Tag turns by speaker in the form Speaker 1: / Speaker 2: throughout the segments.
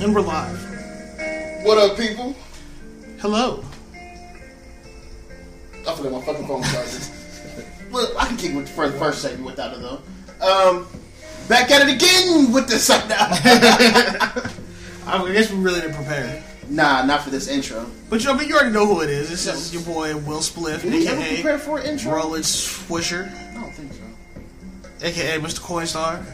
Speaker 1: And we're live.
Speaker 2: What up, people?
Speaker 1: Hello.
Speaker 2: I forgot my fucking phone charger. well, I can kick it with for the first segment without it though. Um, back at it again with the sundown.
Speaker 1: I guess we really didn't prepare.
Speaker 2: nah, not for this intro.
Speaker 1: But you, I mean, you already know who it is. This is your boy Will Spliff,
Speaker 2: Did we ever prepare
Speaker 1: aka
Speaker 2: for an intro?
Speaker 1: Roland Swisher,
Speaker 2: I don't think so.
Speaker 1: aka Mr. Coinstar,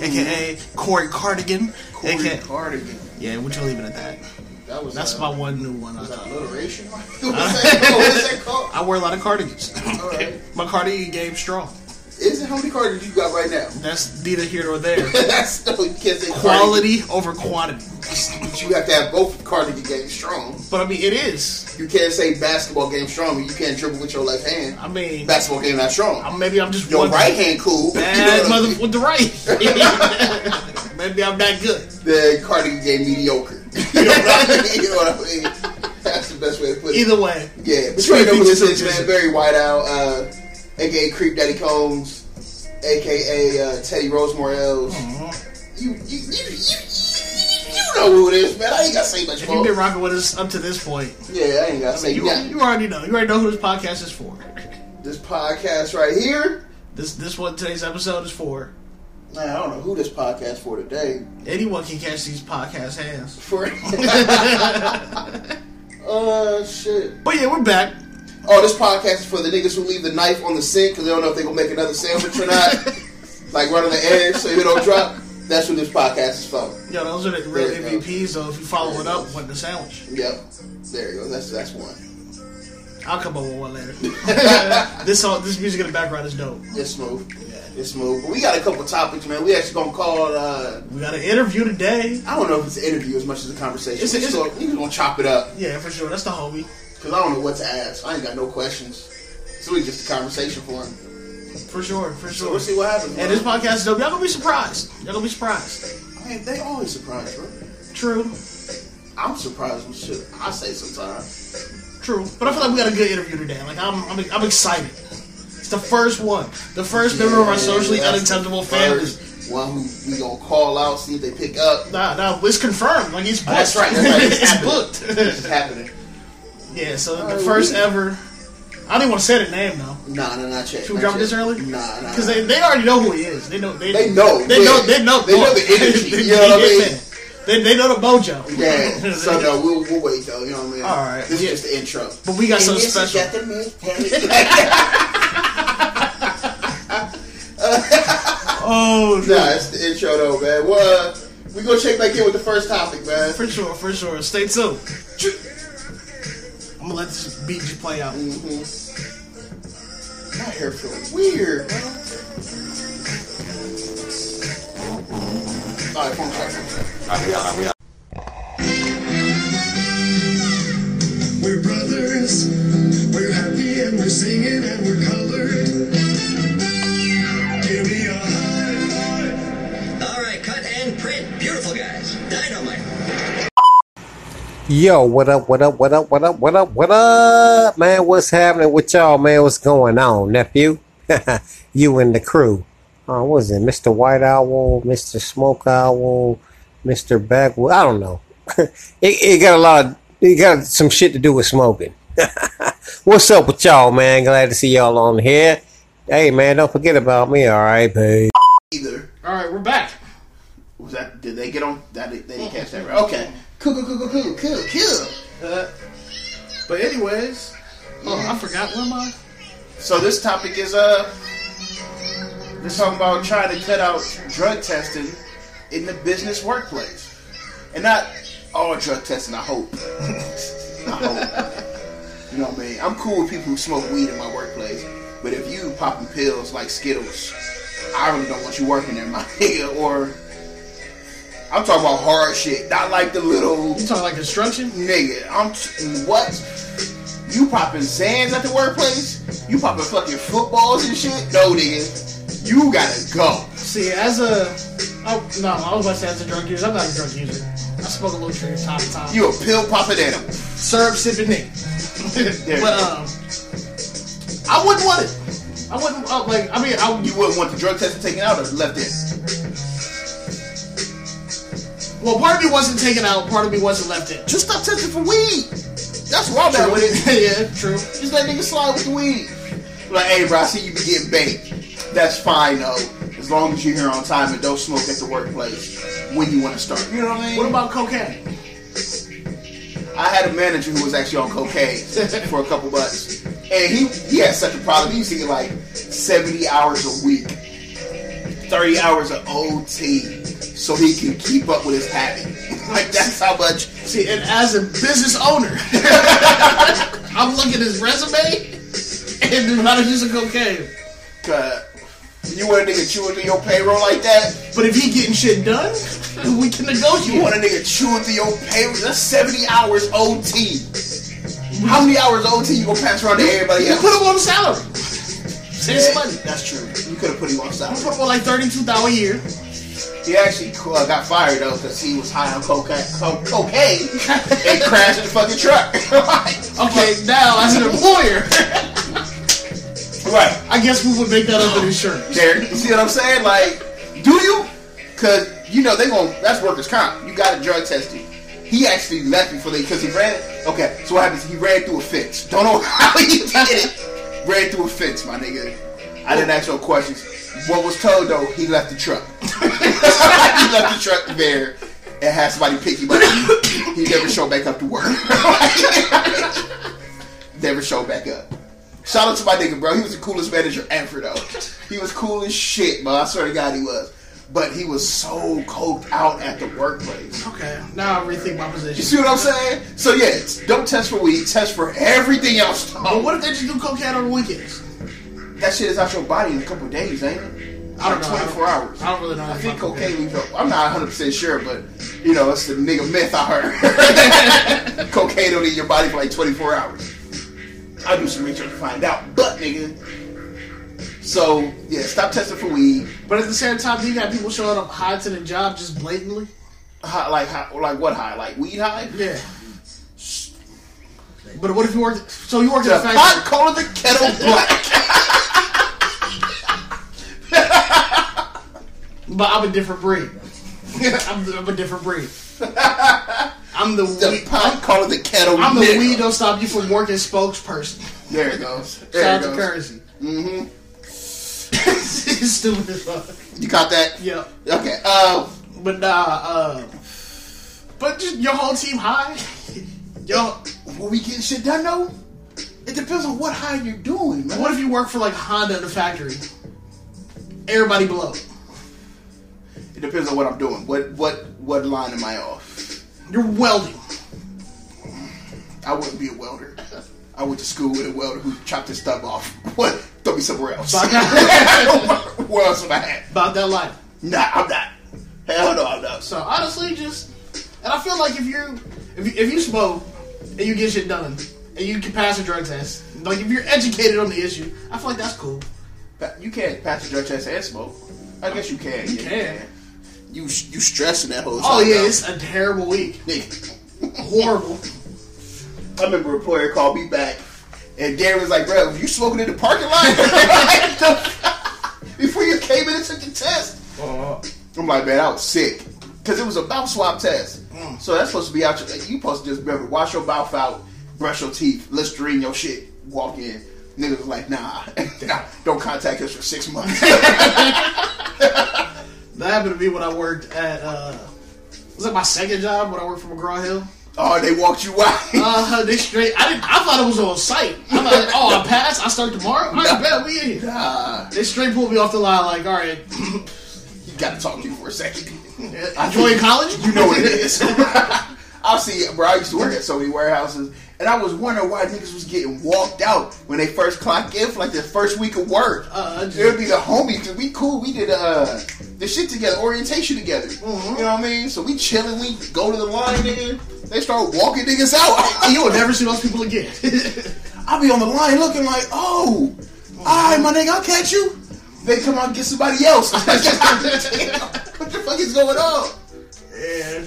Speaker 1: aka Corey Cardigan,
Speaker 2: Corey
Speaker 1: aka
Speaker 2: Cardigan.
Speaker 1: yeah, we're just leaving it at that.
Speaker 2: That was
Speaker 1: That's
Speaker 2: uh,
Speaker 1: my one new one. I
Speaker 2: Was that
Speaker 1: thought.
Speaker 2: alliteration? What's that called? What's that called?
Speaker 1: I wear a lot of cardigans.
Speaker 2: Alright.
Speaker 1: my cardigan game strong.
Speaker 2: Is it how many cardigans you got right now?
Speaker 1: That's neither here nor there.
Speaker 2: That's no, you can't say
Speaker 1: Quality over quantity.
Speaker 2: cardigan. But you have to have both cardigan games strong.
Speaker 1: But I mean, it is.
Speaker 2: You can't say basketball game strong. You can't dribble with your left hand.
Speaker 1: I mean,
Speaker 2: Basketball game not strong.
Speaker 1: I'm, maybe I'm just
Speaker 2: Your
Speaker 1: one
Speaker 2: right hand cool.
Speaker 1: bad
Speaker 2: You know what I mean?
Speaker 1: mother with the right. Maybe I'm not good.
Speaker 2: The Cardi game mediocre. you know what I mean? That's the best way to put it.
Speaker 1: Either way,
Speaker 2: yeah, but you already know who this is,
Speaker 1: Features.
Speaker 2: man. Barry Whiteout, uh, aka Creep Daddy Combs, aka uh, Teddy Rose Morales.
Speaker 1: Mm-hmm.
Speaker 2: You, you, you, you, you, you know who it is, man. I ain't got to say much
Speaker 1: if
Speaker 2: more.
Speaker 1: you've been rocking with us up to this point,
Speaker 2: yeah, I ain't got to say
Speaker 1: you,
Speaker 2: nothing.
Speaker 1: you already know. You already know who this podcast is for.
Speaker 2: This podcast right here,
Speaker 1: This this one today's episode is for.
Speaker 2: nah, I don't know who this podcast for today.
Speaker 1: Anyone can catch these podcast hands.
Speaker 2: For uh, shit.
Speaker 1: But yeah, we're back.
Speaker 2: Oh, this podcast is for the niggas who leave the knife on the sink because they don't know if they gonna make another sandwich or not. like right on the edge so it don't drop. That's what this podcast is for.
Speaker 1: Yo, those are the real
Speaker 2: There you go.
Speaker 1: MVPs though. If you follow it up with the sandwich,
Speaker 2: Yep. There you go. That's that's one.
Speaker 1: I'll come up with one later. this song, this music in the background is dope.
Speaker 2: It's smooth. It's smooth. But we got a couple topics, man. We actually gonna call. Uh,
Speaker 1: We got an interview today.
Speaker 2: I don't know if it's an interview as much as a conversation.
Speaker 1: It's a- it's a-
Speaker 2: so we just gonna chop it up
Speaker 1: Yeah, for sure. That's the homie.
Speaker 2: because I don't know what to ask. I ain't got no questions. It's really just a conversation for him.
Speaker 1: For sure. For
Speaker 2: So
Speaker 1: sure.
Speaker 2: we'll see what happens.
Speaker 1: And this podcast is dope. Y'all gonna be surprised. Y'all gonna be surprised.
Speaker 2: man, they always surprised, bro.
Speaker 1: True.
Speaker 2: I'm surprised with shit I say sometimes.
Speaker 1: True. But I feel like we got a good interview today. Like I'm, I'm, I'm excited. It's the first one. The first member of our socially
Speaker 2: Yeah, that's
Speaker 1: unintelligible
Speaker 2: the
Speaker 1: family. Oh,
Speaker 2: first One who we gonna call out, see if they pick up.
Speaker 1: Nah, nah, it's confirmed. Like he's booked.
Speaker 2: Oh, That's right, that's right. It's
Speaker 1: it's
Speaker 2: happening.
Speaker 1: booked.
Speaker 2: It's happening.
Speaker 1: yeah. So the
Speaker 2: Alright,
Speaker 1: first
Speaker 2: we-
Speaker 1: ever. I didn't want to say the name though,
Speaker 2: Nah, nah, not yet.
Speaker 1: Should we
Speaker 2: not
Speaker 1: drop
Speaker 2: yet.
Speaker 1: this early?
Speaker 2: Nah, nah.
Speaker 1: because they, they already know who he is. They know they,
Speaker 2: They know,
Speaker 1: they
Speaker 2: yeah.
Speaker 1: know they know
Speaker 2: They know the energy, you know what I
Speaker 1: they-
Speaker 2: mean?
Speaker 1: They, they know the mojo.
Speaker 2: Yeah, so no, we'll, we'll wait though. You know what I mean?
Speaker 1: All right.
Speaker 2: This
Speaker 1: Yeah.
Speaker 2: is just the intro.
Speaker 1: But we got something special. Oh no.
Speaker 2: nah, it's the intro though, man. Well, uh, we gonna check back in with the first topic, man.
Speaker 1: For sure, for sure. Stay tuned. I'm gonna let this beat just play out.
Speaker 2: Mm-hmm. My hair feels weird. man. All right, phone check, phone check.
Speaker 3: We're brothers, we're happy and we're singing and we're colored. Give me a high
Speaker 4: All right, cut and print. Beautiful guys. Dynamite.
Speaker 5: Yo, what up, what up, what up, what up, what up, what up, man? What's happening with y'all, man? What's going on, nephew? you and the crew. Uh, what is it, Mr. White Owl, Mr. Smoke Owl, Mr. Backwood? I don't know. it, it got a lot of, it got some shit to do with smoking. What's up with y'all, man? Glad to see y'all on here. Hey, man, don't forget about me, alright, babe?
Speaker 2: Either
Speaker 1: All right, we're back. Mm-hmm.
Speaker 2: was that? Did they get on? That they didn't catch that right? Okay. Cool, cool, cool, cool, cool, cool, cool.
Speaker 1: But anyways, oh, I forgot where am I?
Speaker 2: So this topic is uh, we're talking about trying to cut out drug testing in the business workplace, and not all drug testing. I hope. I hope. You know what I mean? I'm cool with people who smoke weed in my workplace, but if you popping pills like Skittles, I really don't want you working there, my nigga. Or I'm talking about hard shit, not like the little
Speaker 1: You talking like construction?
Speaker 2: Nigga, I'm t- what? You popping Zans at the workplace? You popping fucking footballs and shit? No, nigga, you gotta go.
Speaker 1: See, as a, oh no, I was about to say as a drug user. I'm not a drug user. I smoke a little tree top to top.
Speaker 2: You a pill popping animal.
Speaker 1: syrup sipping Nick.
Speaker 2: There.
Speaker 1: but um, I wouldn't want it. I wouldn't uh, like. I mean, I
Speaker 2: You wouldn't want the drug test taken out or left in.
Speaker 1: well, Well, part of me wasn't taken out, part of me wasn't left in.
Speaker 2: Just stop testing for weed. That's where I'm at with it.
Speaker 1: yeah, true.
Speaker 2: Just let niggas slide with the weed. Like, hey, bro, I see you be getting baked. That's fine, though. As long as you're here on time and don't smoke at the workplace when you want to start. You know what I mean?
Speaker 1: What about cocaine?
Speaker 2: I had a manager who was actually on cocaine for a couple months, and he he had such a problem. He was taking like seventy hours a week, thirty hours of OT, so he could keep up with his habit. like that's how much.
Speaker 1: See, and as a business owner, I'm looking at his resume and the amount of use of cocaine.
Speaker 2: Uh, you want a nigga chewing through your payroll like that?
Speaker 1: But if he getting shit done, we can
Speaker 2: You want
Speaker 1: negotiate.
Speaker 2: a nigga chewing through your payroll? That's seventy hours OT. How many hours OT you gonna pass around to everybody
Speaker 1: You
Speaker 2: else?
Speaker 1: put him on salary. Save some money.
Speaker 2: That's true. You could have put him on salary.
Speaker 1: Put him on like thirty-two thousand a year.
Speaker 2: He actually uh, got fired though because he was high on cocaine, co- cocaine and crashed the fucking truck.
Speaker 1: Okay, now as an employer,
Speaker 2: right
Speaker 1: I guess we would make that up in insurance.
Speaker 2: there. You see what I'm saying? Like, do you? Because you know they going to that's workers' comp. You got to drug test you. He actually left before they because he ran. Okay, so what happens? He ran through a fence. Don't know how he did it. Ran through a fence, my nigga. I didn't ask no questions. What was told though? He left the truck. he left the truck there and had somebody pick him up. He never showed back up to work. never showed back up. Shout out to my nigga, bro. He was the coolest manager ever, though. He was cool as shit, bro. I swear to God, he was. But he was so coked out at the workplace.
Speaker 1: Okay, now I rethink my
Speaker 2: You
Speaker 1: position.
Speaker 2: see what I'm saying? So yeah, don't test for weed. Test for everything else.
Speaker 1: But
Speaker 2: Though.
Speaker 1: what if they just do cocaine on the weekends?
Speaker 2: That shit is out your body in a couple days, ain't it?
Speaker 1: I don't
Speaker 2: Like
Speaker 1: know.
Speaker 2: 24
Speaker 1: I don't-
Speaker 2: hours.
Speaker 1: I don't really know
Speaker 2: I
Speaker 1: that
Speaker 2: think
Speaker 1: fucking
Speaker 2: cocaine leaves. your- I'm not 100 percent sure, but you know, it's a nigga myth I heard. cocaine don't leave your body for like 24 hours. I do some research to find out, but nigga. So yeah, stop testing for weed.
Speaker 1: But at the same time, you got people showing up high to the job just blatantly.
Speaker 2: High, like high, like what high? Like weed high?
Speaker 1: Yeah. But what if you worked? So you worked
Speaker 2: The
Speaker 1: at a
Speaker 2: pot
Speaker 1: factory.
Speaker 2: calling the kettle black.
Speaker 1: But I'm a different breed. I'm, I'm a different breed. I'm the,
Speaker 2: the
Speaker 1: weed.
Speaker 2: pot calling the kettle.
Speaker 1: I'm the
Speaker 2: nigga.
Speaker 1: weed. Don't stop you from working spokesperson.
Speaker 2: There it goes. There
Speaker 1: Shout
Speaker 2: it
Speaker 1: out to
Speaker 2: goes.
Speaker 1: currency. Mm-hmm. Stupid as fuck.
Speaker 2: You caught that?
Speaker 1: Yeah.
Speaker 2: Okay. Uh,
Speaker 1: But nah. Uh, but just your whole team high. Yo,
Speaker 2: Will we getting shit done though? It depends on what high you're doing, man.
Speaker 1: What if you work for like Honda in the factory? Everybody below.
Speaker 2: It depends on what I'm doing. What what what line am I off?
Speaker 1: You're welding.
Speaker 2: I wouldn't be a welder. I went to school with a welder who chopped his thumb off. What? Throw me somewhere else.
Speaker 1: Fuck.
Speaker 2: Where else am I at?
Speaker 1: About that life.
Speaker 2: Nah, I'm not. Hell no, I'm not.
Speaker 1: So honestly, just and I feel like if you if you, if you smoke and you get shit done and you can pass a drug test, like if you're educated on the issue, I feel like that's cool.
Speaker 2: Pa- You can't pass a drug test and smoke. I guess you can. Yeah, You
Speaker 1: can.
Speaker 2: You you stressing that whole time.
Speaker 1: Oh yeah,
Speaker 2: though.
Speaker 1: it's a terrible week.
Speaker 2: Nigga.
Speaker 1: Horrible.
Speaker 2: I remember a player called me back, and Gary was like, "Bro, you smoking in the parking lot before you came in and took the test?" I'm like, "Man, I was sick because it was a mouth swab test, so that's supposed to be out. Your, you supposed to just remember wash your mouth out, brush your teeth, Listerine your shit, walk in." Niggas was like, "Nah, nah, don't contact us for six months."
Speaker 1: That happened to me when I worked at uh was that my second job when I worked for McGraw Hill?
Speaker 2: oh, they walked you out.
Speaker 1: Uh they straight I didn't I thought it was on site. I thought oh I passed, I start tomorrow? I
Speaker 2: No.
Speaker 1: bet we in here.
Speaker 2: Nah,
Speaker 1: They straight pulled me off the line like, all right,
Speaker 2: you gotta talk to you for a second.
Speaker 1: enjoying college?
Speaker 2: You know what it is. I see, bro. I used to work at so many warehouses, and I was wondering why niggas was getting walked out when they first clock in for like the first week of work.
Speaker 1: Uh, I just-
Speaker 2: it would be the homies. 'cause we cool. We did uh the shit together, orientation together.
Speaker 1: Mm-hmm.
Speaker 2: You know what I mean? So we chilling. We go to the line, nigga. They start walking niggas out.
Speaker 1: You will never see those people again.
Speaker 2: I be on the line looking like, oh, all right, my nigga, I'll catch you. They come out and get somebody else. what the fuck is going on?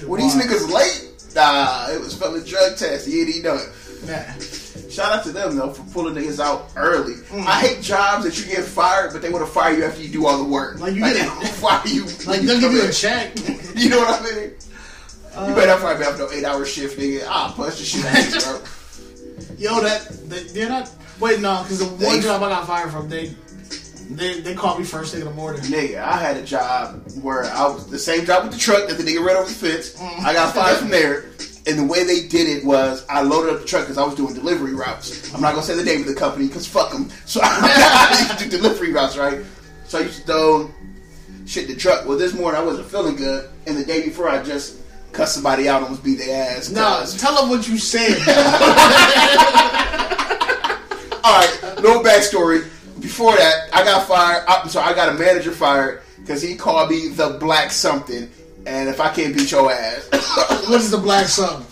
Speaker 2: Were these niggas late? Nah, it was from a drug test. He didn't know it.
Speaker 1: niggas?
Speaker 2: Shout out to them though for pulling niggas out early.
Speaker 1: Mm.
Speaker 2: I hate jobs that you get fired, but they want to fire you after you do all the work.
Speaker 1: Like, you
Speaker 2: they
Speaker 1: get a-
Speaker 2: don't fire you. when
Speaker 1: Like
Speaker 2: you
Speaker 1: they'll give
Speaker 2: come
Speaker 1: you
Speaker 2: in.
Speaker 1: a check.
Speaker 2: You know what I mean? you
Speaker 1: Uh,
Speaker 2: better not find me after no eight hour shift, nigga. I'll punch the shit out of you, bro.
Speaker 1: Yo, that they, they're not. Wait, no, because the one
Speaker 2: They-
Speaker 1: job I got fired from, they they they called me first thing in the morning.
Speaker 2: Nigga, I had a job where I was the same job with the truck that the nigga ran over the fence. I got fired from there. And the way they did it was I loaded up the truck because I was doing delivery routes. I'm not gonna say the name of the company because fuck them. So I used to do delivery routes, right? So I used to throw shit in the truck. Well, this morning I wasn't feeling good, and the day before I just cussed somebody out, almost beat their ass.
Speaker 1: No, tell them what you said.
Speaker 2: All right, no backstory. Before that, I got fired. I, so I got a manager fired because he called me the black something. And if I can't beat your ass,
Speaker 1: what is the black song?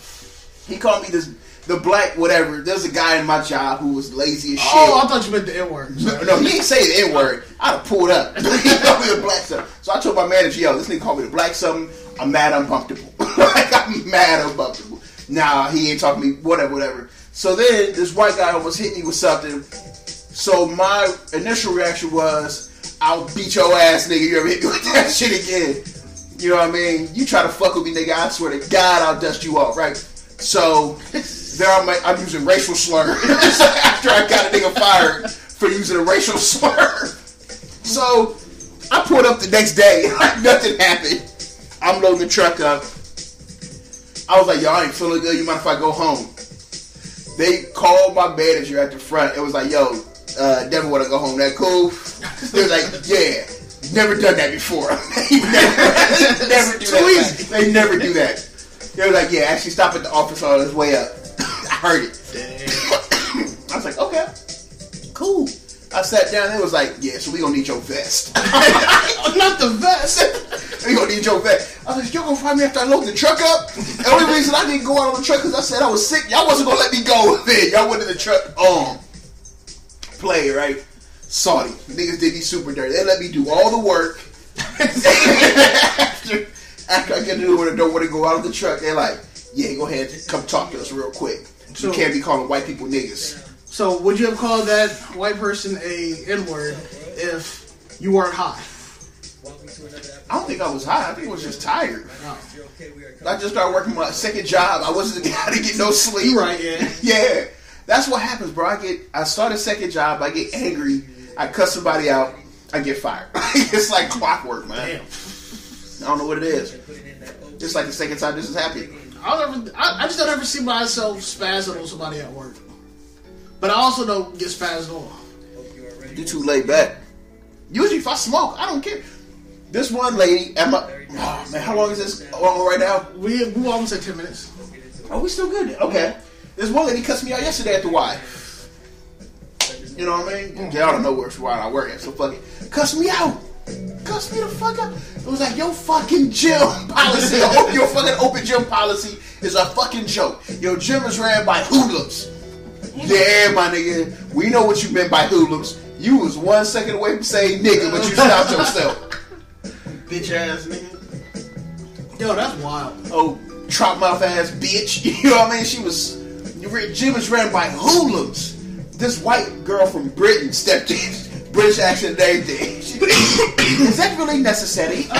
Speaker 2: he called me this the black whatever. There's a guy in my job who was lazy as shit.
Speaker 1: Oh, I thought you meant the N word.
Speaker 2: No, no, he ain't say the N word. I'd have pulled up. he called me the black something. So I told my manager, yo, this nigga called me the black something. I'm mad uncomfortable. like, I'm mad uncomfortable. Nah, he ain't talking to me, whatever, whatever. So then this white guy almost hit me with something. So my initial reaction was, I'll beat your ass, nigga. You ever hit me with that shit again? You know what I mean? You try to fuck with me, nigga. I swear to God, I'll dust you off, right? So there I'm, like, I'm using racial slurs after I got a nigga fired for using a racial slur. So I pulled up the next day, like nothing happened. I'm loading the truck up. I was like, y'all ain't feeling good. You mind if I go home? They called my manager at the front. It was like, yo, uh, never want to go home. That cool? They was like, yeah, never done that before. They never, never do
Speaker 1: Too
Speaker 2: that.
Speaker 1: easy.
Speaker 2: They never do that. They were like, yeah, actually stop at the office on his way up. I heard it. I was like, okay, cool. I sat down. They was like, yeah, so we gonna need your vest.
Speaker 1: Not the vest.
Speaker 2: we gonna need your vest. I was like, y'all gonna find me after I load the truck up. The only reason I didn't go out on the truck because I said I was sick. Y'all wasn't gonna let me go then. Y'all wanted the truck um play right. Saudi niggas did me super dirty. They let me do all the work. after, after I get to do what I don't want to go out of the truck, they're like, yeah, go ahead, come talk to us real quick.
Speaker 1: Sure.
Speaker 2: You can't be calling white people niggas.
Speaker 1: So, would you have called that white person a N word if you weren't high?
Speaker 2: I don't think I was high. I think I was just tired.
Speaker 1: No.
Speaker 2: I just started working my second job. I wasn't I didn't get no sleep.
Speaker 1: You right, yeah.
Speaker 2: Yeah. That's what happens, bro. I get I start a second job, I get angry, I cuss somebody out, I get fired. it's like clockwork, man.
Speaker 1: Damn.
Speaker 2: I don't know what it is. It's like the second time this has happened.
Speaker 1: I don't ever. I, I just don't ever see myself spazzing on somebody at work. But I also don't get spazzed on.
Speaker 2: You too laid back. Usually if I smoke, I don't care. This one lady at my oh, man, how long is this on right now?
Speaker 1: We we almost at ten minutes.
Speaker 2: Oh, we still good. Okay. This one lady cussed me out yesterday at the Y. You know what I mean? Yeah, I don't know where she why I work at, so fuck it. Cuss me out. Cuss me the fuck out. It was like your fucking gym policy, your your fucking open gym policy is a fucking joke. Your gym is ran by hoodlums. Yeah, my nigga, we know what you meant by hoodlums. You was one second away from saying nigga, but you stopped yourself.
Speaker 1: Bitch ass nigga. Yo, that's wild.
Speaker 2: oh trot mouth ass bitch. You know what I mean? She was Jim was ran by hoodlums. This white girl from Britain stepped in, British accent and everything. She- Is that really necessary?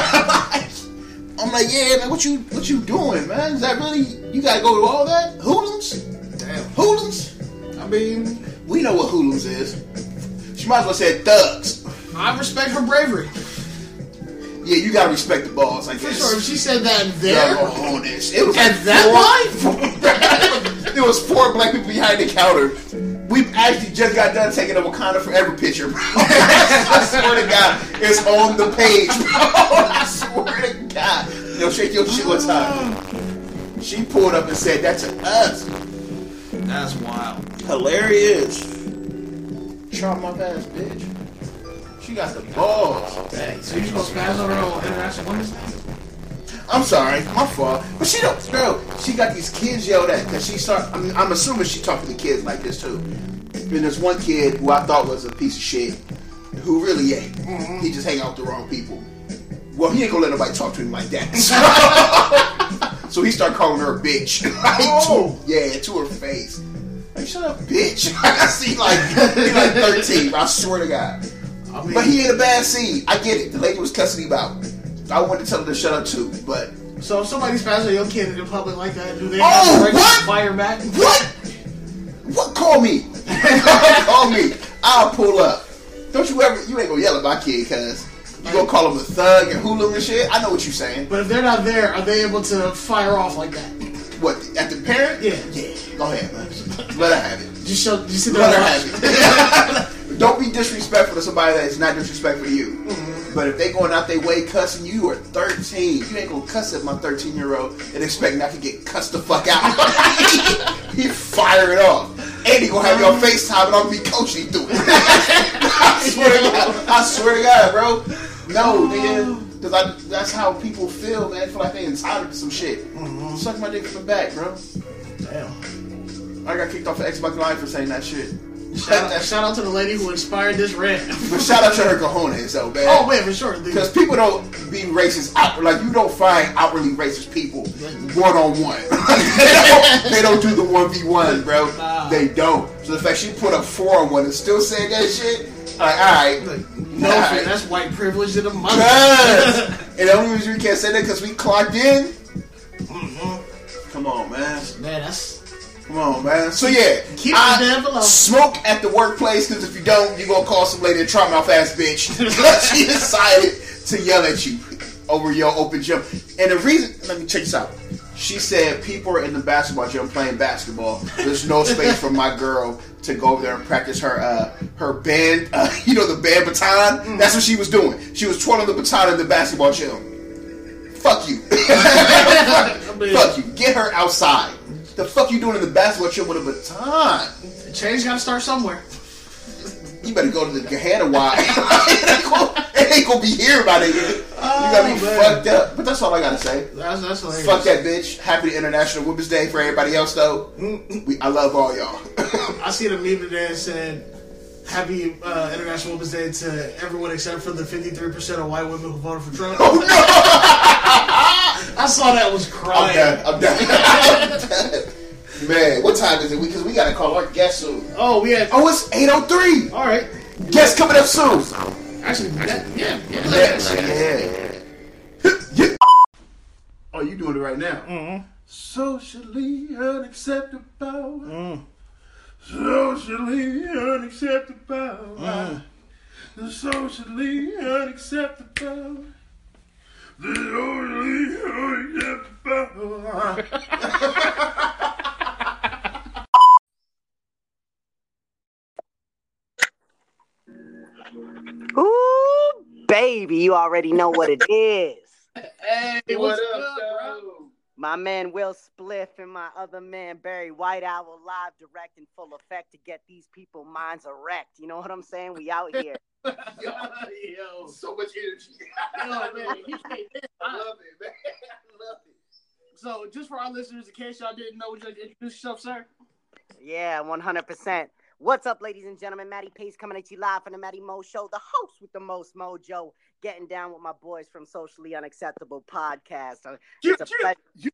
Speaker 2: I'm like, yeah, man. What you what you doing, man? Is that really you gotta go to all that hoodlums? Damn, hoodlums.
Speaker 1: I mean,
Speaker 2: We know what hoodlums is. She might as well said thugs.
Speaker 1: I respect her bravery.
Speaker 2: Yeah, you gotta respect the balls, I
Speaker 1: For
Speaker 2: guess.
Speaker 1: sure, if she said that
Speaker 2: Yeah,
Speaker 1: there,
Speaker 2: I'm honest. It was
Speaker 1: At
Speaker 2: like
Speaker 1: that
Speaker 2: four- there was four black people behind the counter. We actually just got done taking a Wakanda Forever picture, bro. I swear to God, it's on the page, bro. I swear to God. Yo, shake your shit one time. She pulled up and said that to us.
Speaker 1: that's wild.
Speaker 2: Hilarious. Chop my ass, bitch. She got the balls.
Speaker 1: So you supposed to spazz on her on International Women's Day?
Speaker 2: I'm sorry, my fault. But she don't, bro. She got these kids yelled at because she start. I'm, I'm assuming she talking to kids like this too. And there's one kid who I thought was a piece of shit, who really ain't. He just hang out with the wrong people. Well, he ain't gonna let nobody talk to him like that. so he start calling her a bitch. Like, to-
Speaker 1: Oh.
Speaker 2: yeah, to her face. Like shut up, bitch. I see like he like 13. bro, I swear to God.
Speaker 1: I mean,
Speaker 2: But he in a bad seed. I get it. The lady was cussing him out. I wanted to tell her to shut up too, but
Speaker 1: So if somebody's passing your kid in public like that, do they
Speaker 2: Oh,
Speaker 1: have the right
Speaker 2: what?
Speaker 1: to fire back?
Speaker 2: What? What? Call me. call me. I'll pull up. Don't you ever? You ain't gonna yell at my kid, cuz you gonna call him a thug and hulu and shit. I know what you saying.
Speaker 1: But if they're not there, are they able to fire off like that?
Speaker 2: What? At the parent?
Speaker 1: Yeah.
Speaker 2: Yeah. Go ahead, man. Let her have it.
Speaker 1: Just show, just sit there.
Speaker 2: Let her
Speaker 1: and watch.
Speaker 2: have it. Don't be disrespectful to somebody that is not disrespectful to you. But if they going out their way cussing you, you are 13. You ain't gonna cuss at my 13 year old and expect not to get cussed the fuck out. he fire it off. And he gonna have your FaceTime and I'm gonna be coaching through it. I swear to God. I swear to God, bro. No, nigga. Cause I, that's how people feel, man. They feel like they entitled to some shit. Suck my dick from the back, bro.
Speaker 1: Damn.
Speaker 2: I got kicked off the Xbox Live for saying that shit.
Speaker 1: Shout out, shout out to the lady who inspired this rant.
Speaker 2: But shout out to her cojones, though, man.
Speaker 1: oh, wait, for sure. dude.
Speaker 2: Because people don't be racist out like you don't find outwardly racist people one on one. They don't do the one v one, bro.
Speaker 1: Nah.
Speaker 2: They don't. So the fact she put up four on one and still saying that shit, like all right,
Speaker 1: Like, no,
Speaker 2: all
Speaker 1: shit,
Speaker 2: right.
Speaker 1: that's white privilege in a
Speaker 2: Yes.
Speaker 1: mother.
Speaker 2: and the only reason we can't say that because we clocked in. Mm-hmm. Come on, man.
Speaker 1: Man, that's
Speaker 2: Come on, man. So yeah,
Speaker 1: Keep it down below.
Speaker 2: smoke at the workplace because if you don't, you gonna call some lady a try mouth ass bitch. she decided to yell at you over your open gym. And the reason, let me check this out. She said people are in the basketball gym playing basketball. There's no space for my girl to go over there and practice her uh, her band. Uh, you know the band baton.
Speaker 1: Mm.
Speaker 2: That's what she was doing. She was twirling the baton in the basketball gym. Fuck you.
Speaker 1: I mean,
Speaker 2: Fuck you. Get her outside. The fuck you doing in the basketball gym with a baton?
Speaker 1: change got to start somewhere.
Speaker 2: You better go to the Gehenna Y. it, ain't gonna- it ain't gonna be here by then. You gotta be
Speaker 1: man.
Speaker 2: fucked up. But that's all I gotta say.
Speaker 1: That's that's hilarious.
Speaker 2: Fuck that bitch. Happy International Women's Day for everybody else though. We, I love all y'all.
Speaker 1: I see the meme today that said, "Happy uh, International Women's Day to everyone except for the 53 percent of white women who voted for Trump." Oh no! I saw that was
Speaker 2: I'm
Speaker 1: crying.
Speaker 2: done. I'm done. I'm done. Man, what time is it? Because we gotta call our guest soon.
Speaker 1: Oh, we had.
Speaker 2: Oh, it's 8.03.
Speaker 1: All right.
Speaker 2: Guest coming up soon.
Speaker 1: Actually, that, yeah, yeah.
Speaker 2: Yes, yeah. Yeah. Oh, you doing it right now? Mm-hmm. Socially unacceptable. Socially unacceptable. The socially unacceptable. The socially unacceptable.
Speaker 6: Ooh, baby, you already know what it is.
Speaker 1: Hey, what's, up, bro?
Speaker 6: My man Will Spliff and my other man Barry White Owl live, direct, in full effect to get these people minds erect. You know what I'm saying? We out here.
Speaker 2: Yo, yo, so much energy.
Speaker 1: Yo, man, he came in
Speaker 2: I
Speaker 1: hot.
Speaker 2: love it, man. I love it.
Speaker 1: So, just for our listeners, in case y'all didn't know, would you like to introduce yourself, sir?
Speaker 6: Yeah, 100%. What's up, ladies and gentlemen? Maddie Pace coming at you live from the Maddie Mo Show, the host with the most mojo, getting down with my boys from Socially Unacceptable Podcast. Uh, It's a pleasure.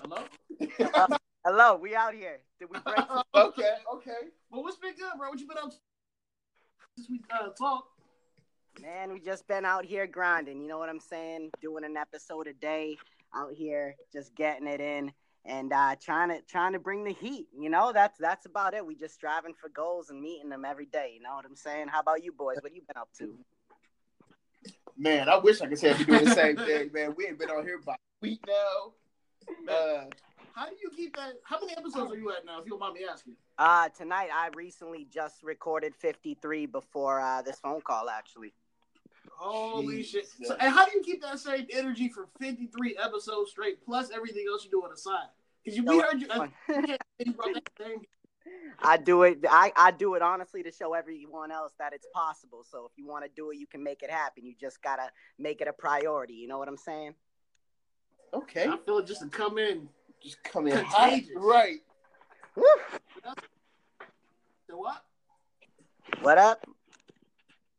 Speaker 1: Hello.
Speaker 6: Hello, we out here. Did we break?
Speaker 2: Okay, okay.
Speaker 1: Well, what's been good, bro? What you been up to since we uh, talked?
Speaker 6: Man, we just been out here grinding. You know what I'm saying? Doing an episode a day out here, just getting it in and uh, trying to trying to bring the heat. You know, that's that's about it. We just striving for goals and meeting them every day. You know what I'm saying? How about you boys? What you been up to?
Speaker 2: Man, I wish I could say I'd be doing the same thing, man. We ain't been on here by a week now. Uh,
Speaker 1: How do you keep that? How many episodes are you at now? If you don't mind me asking.
Speaker 6: Uh, tonight I recently just recorded 53 before uh, this phone call. Actually,
Speaker 1: Holy
Speaker 2: Jesus.
Speaker 1: shit! So, and how do you keep that same energy for fifty-three episodes straight, plus everything else you do on the side? Because you we heard you. I, you brought that same.
Speaker 6: I do it. I, I do it honestly to show everyone else that it's possible. So if you want to do it, you can make it happen. You just gotta make it a priority. You know what I'm saying?
Speaker 2: okay,
Speaker 1: I feel it just to come in.
Speaker 2: just come in hot,
Speaker 1: Contagious.
Speaker 2: right?
Speaker 1: The what?
Speaker 6: What up?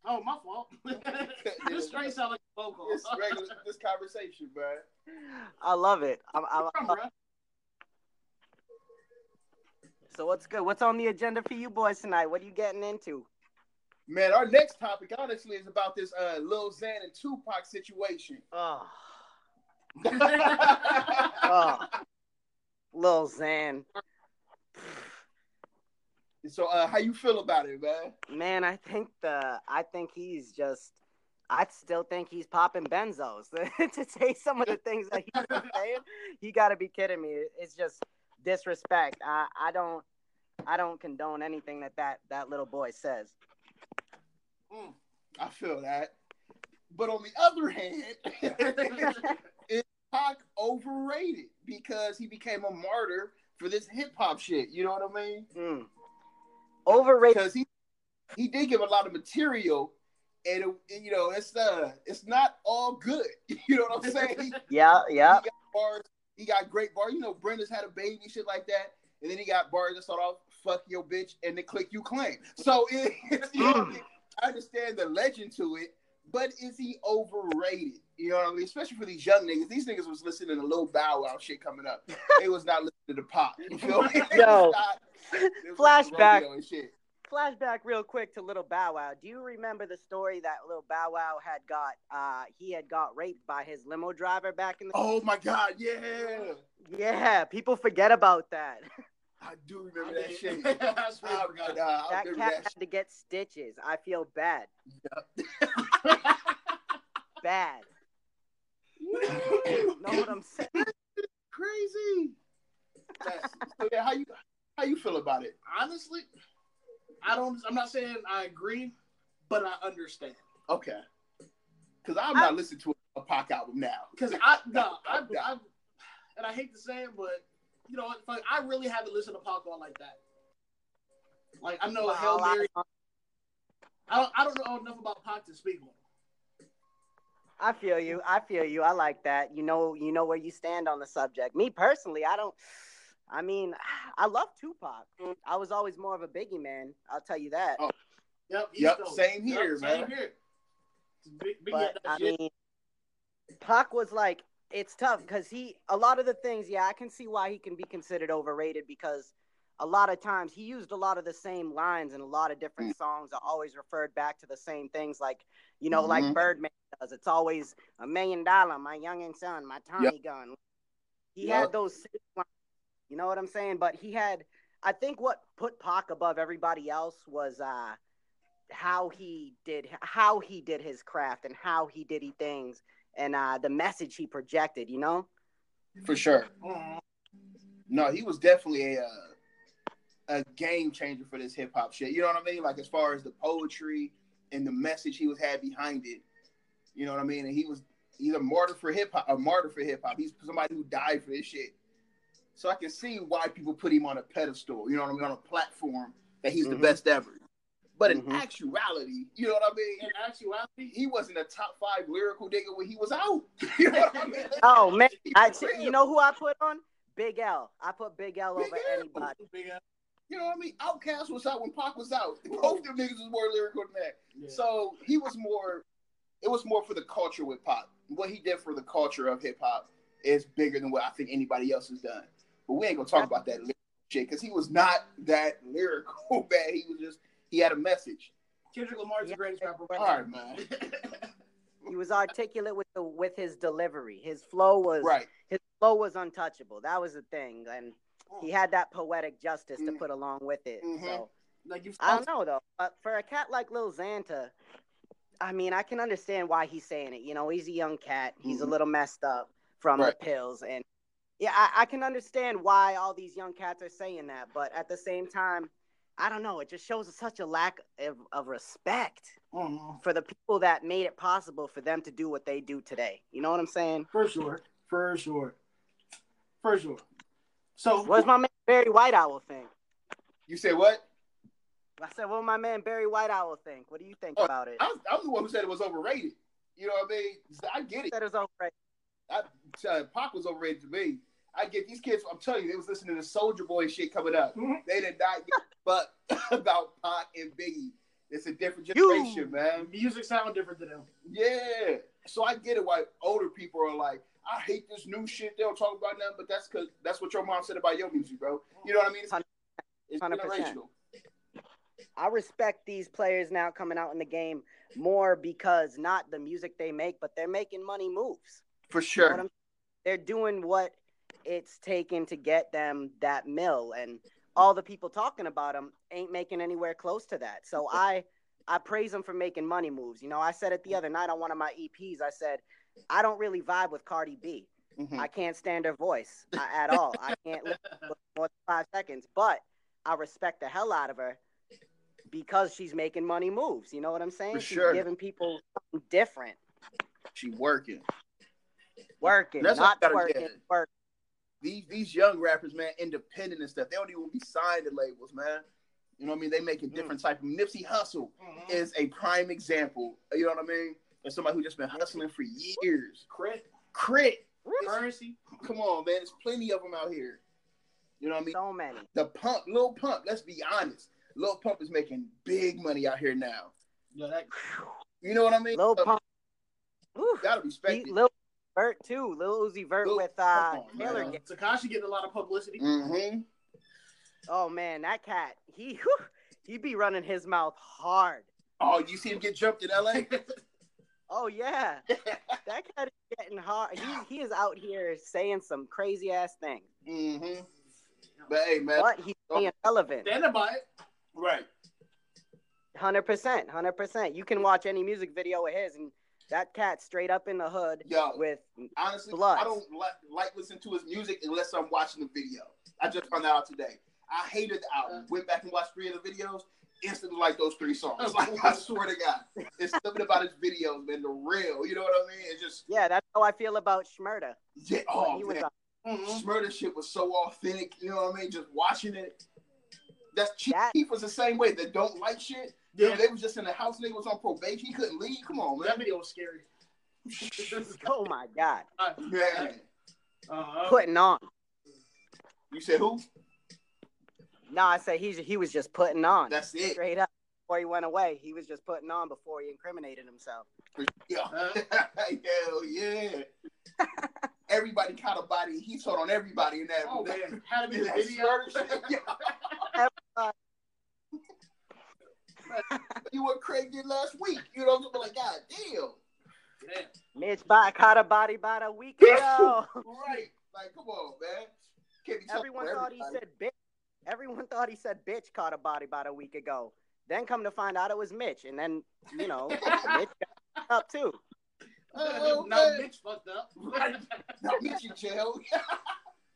Speaker 1: Oh, my fault. this straight sound like a phone call.
Speaker 2: This regular, this conversation, bro.
Speaker 6: I love it. I'm, I'm,
Speaker 1: Come on, bro.
Speaker 6: so what's good? What's on the agenda for you boys tonight? What are you getting into?
Speaker 2: Man, our next topic honestly is about this uh, Lil Xan and Tupac situation.
Speaker 6: Oh,
Speaker 2: it's
Speaker 6: oh. Lil Xan.
Speaker 2: So, uh, how you feel about it, man?
Speaker 6: Man, I think the I think he's just I still think he's popping benzos. to say some of the things that he's been saying, you got to be kidding me. It's just disrespect. I I don't I don't condone anything that that that little boy says.
Speaker 2: Mm, I feel that. But on the other hand, is Pac overrated because he became a martyr for this hip hop shit? You know what I mean?
Speaker 6: Mm. Overrated.
Speaker 2: Because he he did give a lot of material, and it- and, you know it's uh it's not all good. You know what I'm saying?
Speaker 6: Yeah,
Speaker 2: He
Speaker 6: yeah.
Speaker 2: got bars. He got great bars. You know, Brenda's had a baby, shit like that. And then he got bars that start off, fuck your bitch, and the click you claim. So it, it's, you know, what I mean? I understand the legend to it, but is he overrated? You know what I mean? Especially for these young niggas. These niggas was listening to Lil Bow Wow shit coming up. They was not listening to pop. You feel me? They
Speaker 6: Yo.
Speaker 2: was not- they was listening to
Speaker 6: Flashback.
Speaker 2: rodeo and shit.
Speaker 6: Flashback real quick to Little Bow Wow. Do you remember the story that Little Bow Wow had got? Uh, he had got raped by his limo driver back in the.
Speaker 2: Oh my God, yeah.
Speaker 6: Yeah, people forget about that.
Speaker 2: I do remember that shit.
Speaker 1: I swear I
Speaker 2: Oh,
Speaker 1: forgot.
Speaker 2: God, I
Speaker 6: that
Speaker 2: remember
Speaker 6: cat
Speaker 2: that shit.
Speaker 6: had to get stitches. I feel bad. bad. Know what I'm saying?
Speaker 2: crazy. so yeah, how you how you feel about it?
Speaker 1: Honestly, I don't. I'm not saying I agree, but I understand
Speaker 2: Okay, because I'm
Speaker 6: I-
Speaker 2: not listening to a Pac album now.
Speaker 1: because I no, I, I and I hate to say it, but you know, what, fuck, I really haven't listened to Pac all like that. Like I know Hail
Speaker 6: Well, I-
Speaker 1: Mary. I don't. I don't know enough about Pac to speak on.
Speaker 6: I feel you. I feel you. I like that. You know, you know where you stand on the subject. Me personally, I don't. I mean, I love Tupac. I was always more of a Biggie man. I'll tell you that.
Speaker 2: Oh,
Speaker 1: Yep.
Speaker 2: Yep,
Speaker 1: East Coast.
Speaker 2: same
Speaker 1: Yep,
Speaker 2: here,
Speaker 1: same
Speaker 2: man.
Speaker 1: here. Big, big
Speaker 6: but
Speaker 1: that
Speaker 6: I
Speaker 1: shit.
Speaker 6: mean, Pac was like, it's tough because he a lot of the things. Yeah, I can see why he can be considered overrated because a lot of times he used a lot of the same lines in a lot of
Speaker 1: Mm.
Speaker 6: different songs. Are always referred back to the same things, like you know, like
Speaker 1: Mm-hmm.
Speaker 2: Mhm.
Speaker 6: Birdman does. It's always a million dollar, my youngin' son, my Tommy gun. He had
Speaker 2: Yep.
Speaker 6: those same lines. You know what I'm saying? But he had, I think, what put Pac above everybody else was. uh how he did how he did his craft and how he did he things and uh the message he projected you know
Speaker 2: For sure.
Speaker 1: Mhm.
Speaker 2: No, he was definitely a uh, a game changer for this hip hop shit. You know what I mean? Like as far as the poetry and the message he was had behind it. You know what I mean? And he was he's a martyr for hip hop. A martyr for hip hop. He's somebody who died for this shit. So I can see why people put him on a pedestal. You know what I mean? On a platform that he's
Speaker 6: Mhm.
Speaker 2: the best ever. But in
Speaker 6: Mhm.
Speaker 2: actuality, you know what I mean?
Speaker 1: In actuality,
Speaker 2: Mm-hmm. He wasn't a top five lyrical nigga when he was out. You know what I mean?
Speaker 6: oh man I,
Speaker 2: For real.
Speaker 6: you know who i put on big l i put big l over
Speaker 2: Big L.
Speaker 6: anybody
Speaker 1: Big ass-
Speaker 2: You know what I mean? Outkast was out when Pac was out. Both them niggas was more lyrical than that.
Speaker 1: yeah.
Speaker 2: So he was more. It was more for the culture with Pop. What he did for the culture of hip hop is bigger than what I think anybody else has done. But we ain't gonna talk about that lyrical shit because he was not that lyrical. Bad. He was just he had a message.
Speaker 1: Kendrick Lamar's
Speaker 6: Yeah.
Speaker 1: the greatest rapper. of
Speaker 2: All
Speaker 1: all
Speaker 2: right,
Speaker 1: time.
Speaker 2: man.
Speaker 6: he was articulate with the with his delivery his flow was
Speaker 2: Right.
Speaker 6: his flow was untouchable that was the thing and he had that poetic justice to put along with it
Speaker 2: Mhm.
Speaker 6: so
Speaker 1: like you.
Speaker 6: I don't know though. But for a cat like Lil Xanta, I mean, I can understand why he's saying it. You know, he's a young cat. He's a
Speaker 2: Mhm.
Speaker 6: little messed up from
Speaker 2: Right.
Speaker 6: the pills, and yeah, I, I can understand why all these young cats are saying that. But at the same time, I don't know. It just shows such a lack of, of respect
Speaker 1: Mhm.
Speaker 6: for the people that made it possible for them to do what they do today. You know what I'm saying?
Speaker 1: For sure. For sure. For sure. So
Speaker 6: What's my man Barry White Owl think?
Speaker 2: You said what?
Speaker 6: I said, what my man Barry White Owl think? What do you think
Speaker 2: Oh,
Speaker 6: about it?
Speaker 2: I, I'm the one who said it was overrated. You know what I mean? So I get it.
Speaker 6: Said it was overrated.
Speaker 2: I, uh, Pac was overrated to me. I get these kids. I'm telling you, they was listening to Soldier Boy shit coming up.
Speaker 6: Mm-hmm.
Speaker 1: Mhm.
Speaker 2: They did not give a fuck about Pac and Biggie. It's a different
Speaker 6: You-
Speaker 2: generation, man.
Speaker 1: music sound different to them.
Speaker 2: Yeah. So I get it why older people are like, I hate this new shit. They don't talk about nothing, but that's because that's what your mom said about your music, bro. You know what I mean? It's, it's
Speaker 6: 100%.
Speaker 2: generational.
Speaker 6: I respect these players now coming out in the game more because not the music they make, but they're making money moves.
Speaker 2: for
Speaker 6: You know
Speaker 2: sure.
Speaker 6: what I'm- they're doing what it's taken to get them that mill, and all the people talking about them ain't making anywhere close to that. So I, I praise them for making money moves. You know, I said it the other night on one of my EPs. I said, I don't really vibe with Cardi B.
Speaker 7: Mhm.
Speaker 2: Mm-hmm.
Speaker 6: I can't stand her voice uh, at all. I can't listen to it more than five seconds, but I respect the hell out of her because she's making money moves. You know what I'm saying?
Speaker 2: For
Speaker 6: she's
Speaker 2: sure.
Speaker 6: giving people something different,
Speaker 2: She working.
Speaker 6: working,
Speaker 2: That's
Speaker 6: not
Speaker 2: what I gotta
Speaker 6: working,
Speaker 2: get.
Speaker 6: work.
Speaker 2: These these young rappers, man, independent and stuff. They don't even be signed to labels, man. You know what I mean? They make a
Speaker 6: Mm.
Speaker 2: different type of Nipsey Hustle
Speaker 1: Mm-hmm.
Speaker 2: is a prime example. You know what I mean? Of somebody who just been hustling for years.
Speaker 7: Crit,
Speaker 2: Crit,
Speaker 7: currency.
Speaker 2: come on, man. There's plenty of them out here. You know what I mean?
Speaker 6: So many.
Speaker 2: The pump, Lil Pump. Let's be honest. Lil Pump is making big money out here now.
Speaker 7: Yo, that
Speaker 2: You know what I mean?
Speaker 6: Lil
Speaker 2: So,
Speaker 6: Pump. Woo.
Speaker 2: Gotta respect
Speaker 6: He,
Speaker 2: it.
Speaker 6: Lil Vert too. Lil Uzi Vert
Speaker 2: Lil-
Speaker 6: with uh
Speaker 2: come on,
Speaker 6: Taylor.
Speaker 2: man.
Speaker 6: Gang.
Speaker 7: Takashi getting a lot of publicity.
Speaker 2: Mhm.
Speaker 6: Oh man, that cat. He whew, he be running his mouth hard.
Speaker 2: Oh, you see him get jumped in LA?
Speaker 6: Oh yeah, that cat is getting hard. He he is out here saying some crazy ass things,
Speaker 2: hmm But hey, man.
Speaker 6: but he's being relevant.
Speaker 7: Stand by it.
Speaker 2: Right.
Speaker 6: Hundred percent, hundred percent. You can watch any music video of his, and that cat straight up in the hood
Speaker 2: Yo,
Speaker 6: with
Speaker 2: honestly,
Speaker 6: Bloods.
Speaker 2: I don't li- like listening to his music unless I'm watching the video. I just found that out today. I hated the album. Went back and watched three of the videos. Instantly like those three songs. Like I swear to God, it's something about his videos, man. The real, you know what I mean? It's just
Speaker 6: yeah. That's how I feel about Schmurda.
Speaker 2: yeah.
Speaker 6: when
Speaker 2: Oh
Speaker 6: he was
Speaker 2: man,
Speaker 6: on-
Speaker 7: Mm-hmm.
Speaker 2: Smurda shit was so authentic. You know what I mean? Just watching it. That's Chief
Speaker 6: That-
Speaker 2: Keef was the same way. That don't like shit.
Speaker 7: Yeah,
Speaker 2: They was just in the house. They was on probation. He couldn't leave. Come on,
Speaker 7: that
Speaker 2: man.
Speaker 7: video was scary.
Speaker 6: oh my god,
Speaker 2: man.
Speaker 7: Uh-huh.
Speaker 6: putting on.
Speaker 2: You said who?
Speaker 6: No, I said he's he was just putting on
Speaker 2: That's it.
Speaker 6: straight up before he went away. He was just putting on before he incriminated himself.
Speaker 2: Yeah.
Speaker 7: Huh?
Speaker 2: Hell yeah. everybody caught a body. He told on everybody in that.
Speaker 7: Oh man, had to be the
Speaker 2: That
Speaker 7: video.
Speaker 2: Smurda shit. Yeah. you what Craig did last week. You know, I'm like, God damn.
Speaker 7: Damn.
Speaker 6: Mitch by caught a body about a week ago.
Speaker 2: Right. Like, come on, man. Can't be tough
Speaker 6: Everyone
Speaker 2: for
Speaker 6: thought he
Speaker 2: everybody.
Speaker 6: said bitch. Everyone thought he said bitch caught a body about a week ago. Then come to find out it was Mitch, and then you know Mitch got up too.
Speaker 2: Oh,
Speaker 7: now
Speaker 2: man.
Speaker 7: Mitch fucked up.
Speaker 2: Now Mitch in jail.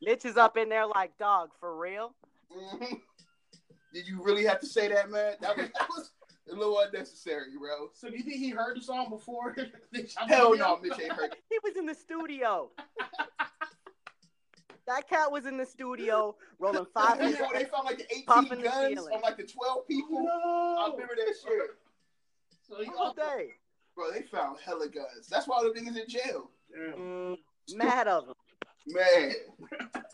Speaker 6: Mitch is up in there like dog for real.
Speaker 2: Mhm. Did you really have to say that, man? That was, that was a little unnecessary, bro.
Speaker 7: so do you think he heard the song before? They shot the
Speaker 2: Hell
Speaker 7: video?
Speaker 2: no, Mitch ain't hurt.
Speaker 6: He was in the studio. that cat was in the studio rolling five.
Speaker 2: you know, when they found like the 18
Speaker 6: Popping the
Speaker 2: guns
Speaker 6: ceiling.
Speaker 2: on like the 12 people. I
Speaker 7: No.
Speaker 2: remember that shit.
Speaker 7: So he
Speaker 6: all
Speaker 7: up
Speaker 6: day.
Speaker 2: Bro, they found hella guns. That's why the niggas in jail.
Speaker 7: Damn.
Speaker 6: Mad of him.
Speaker 2: Man,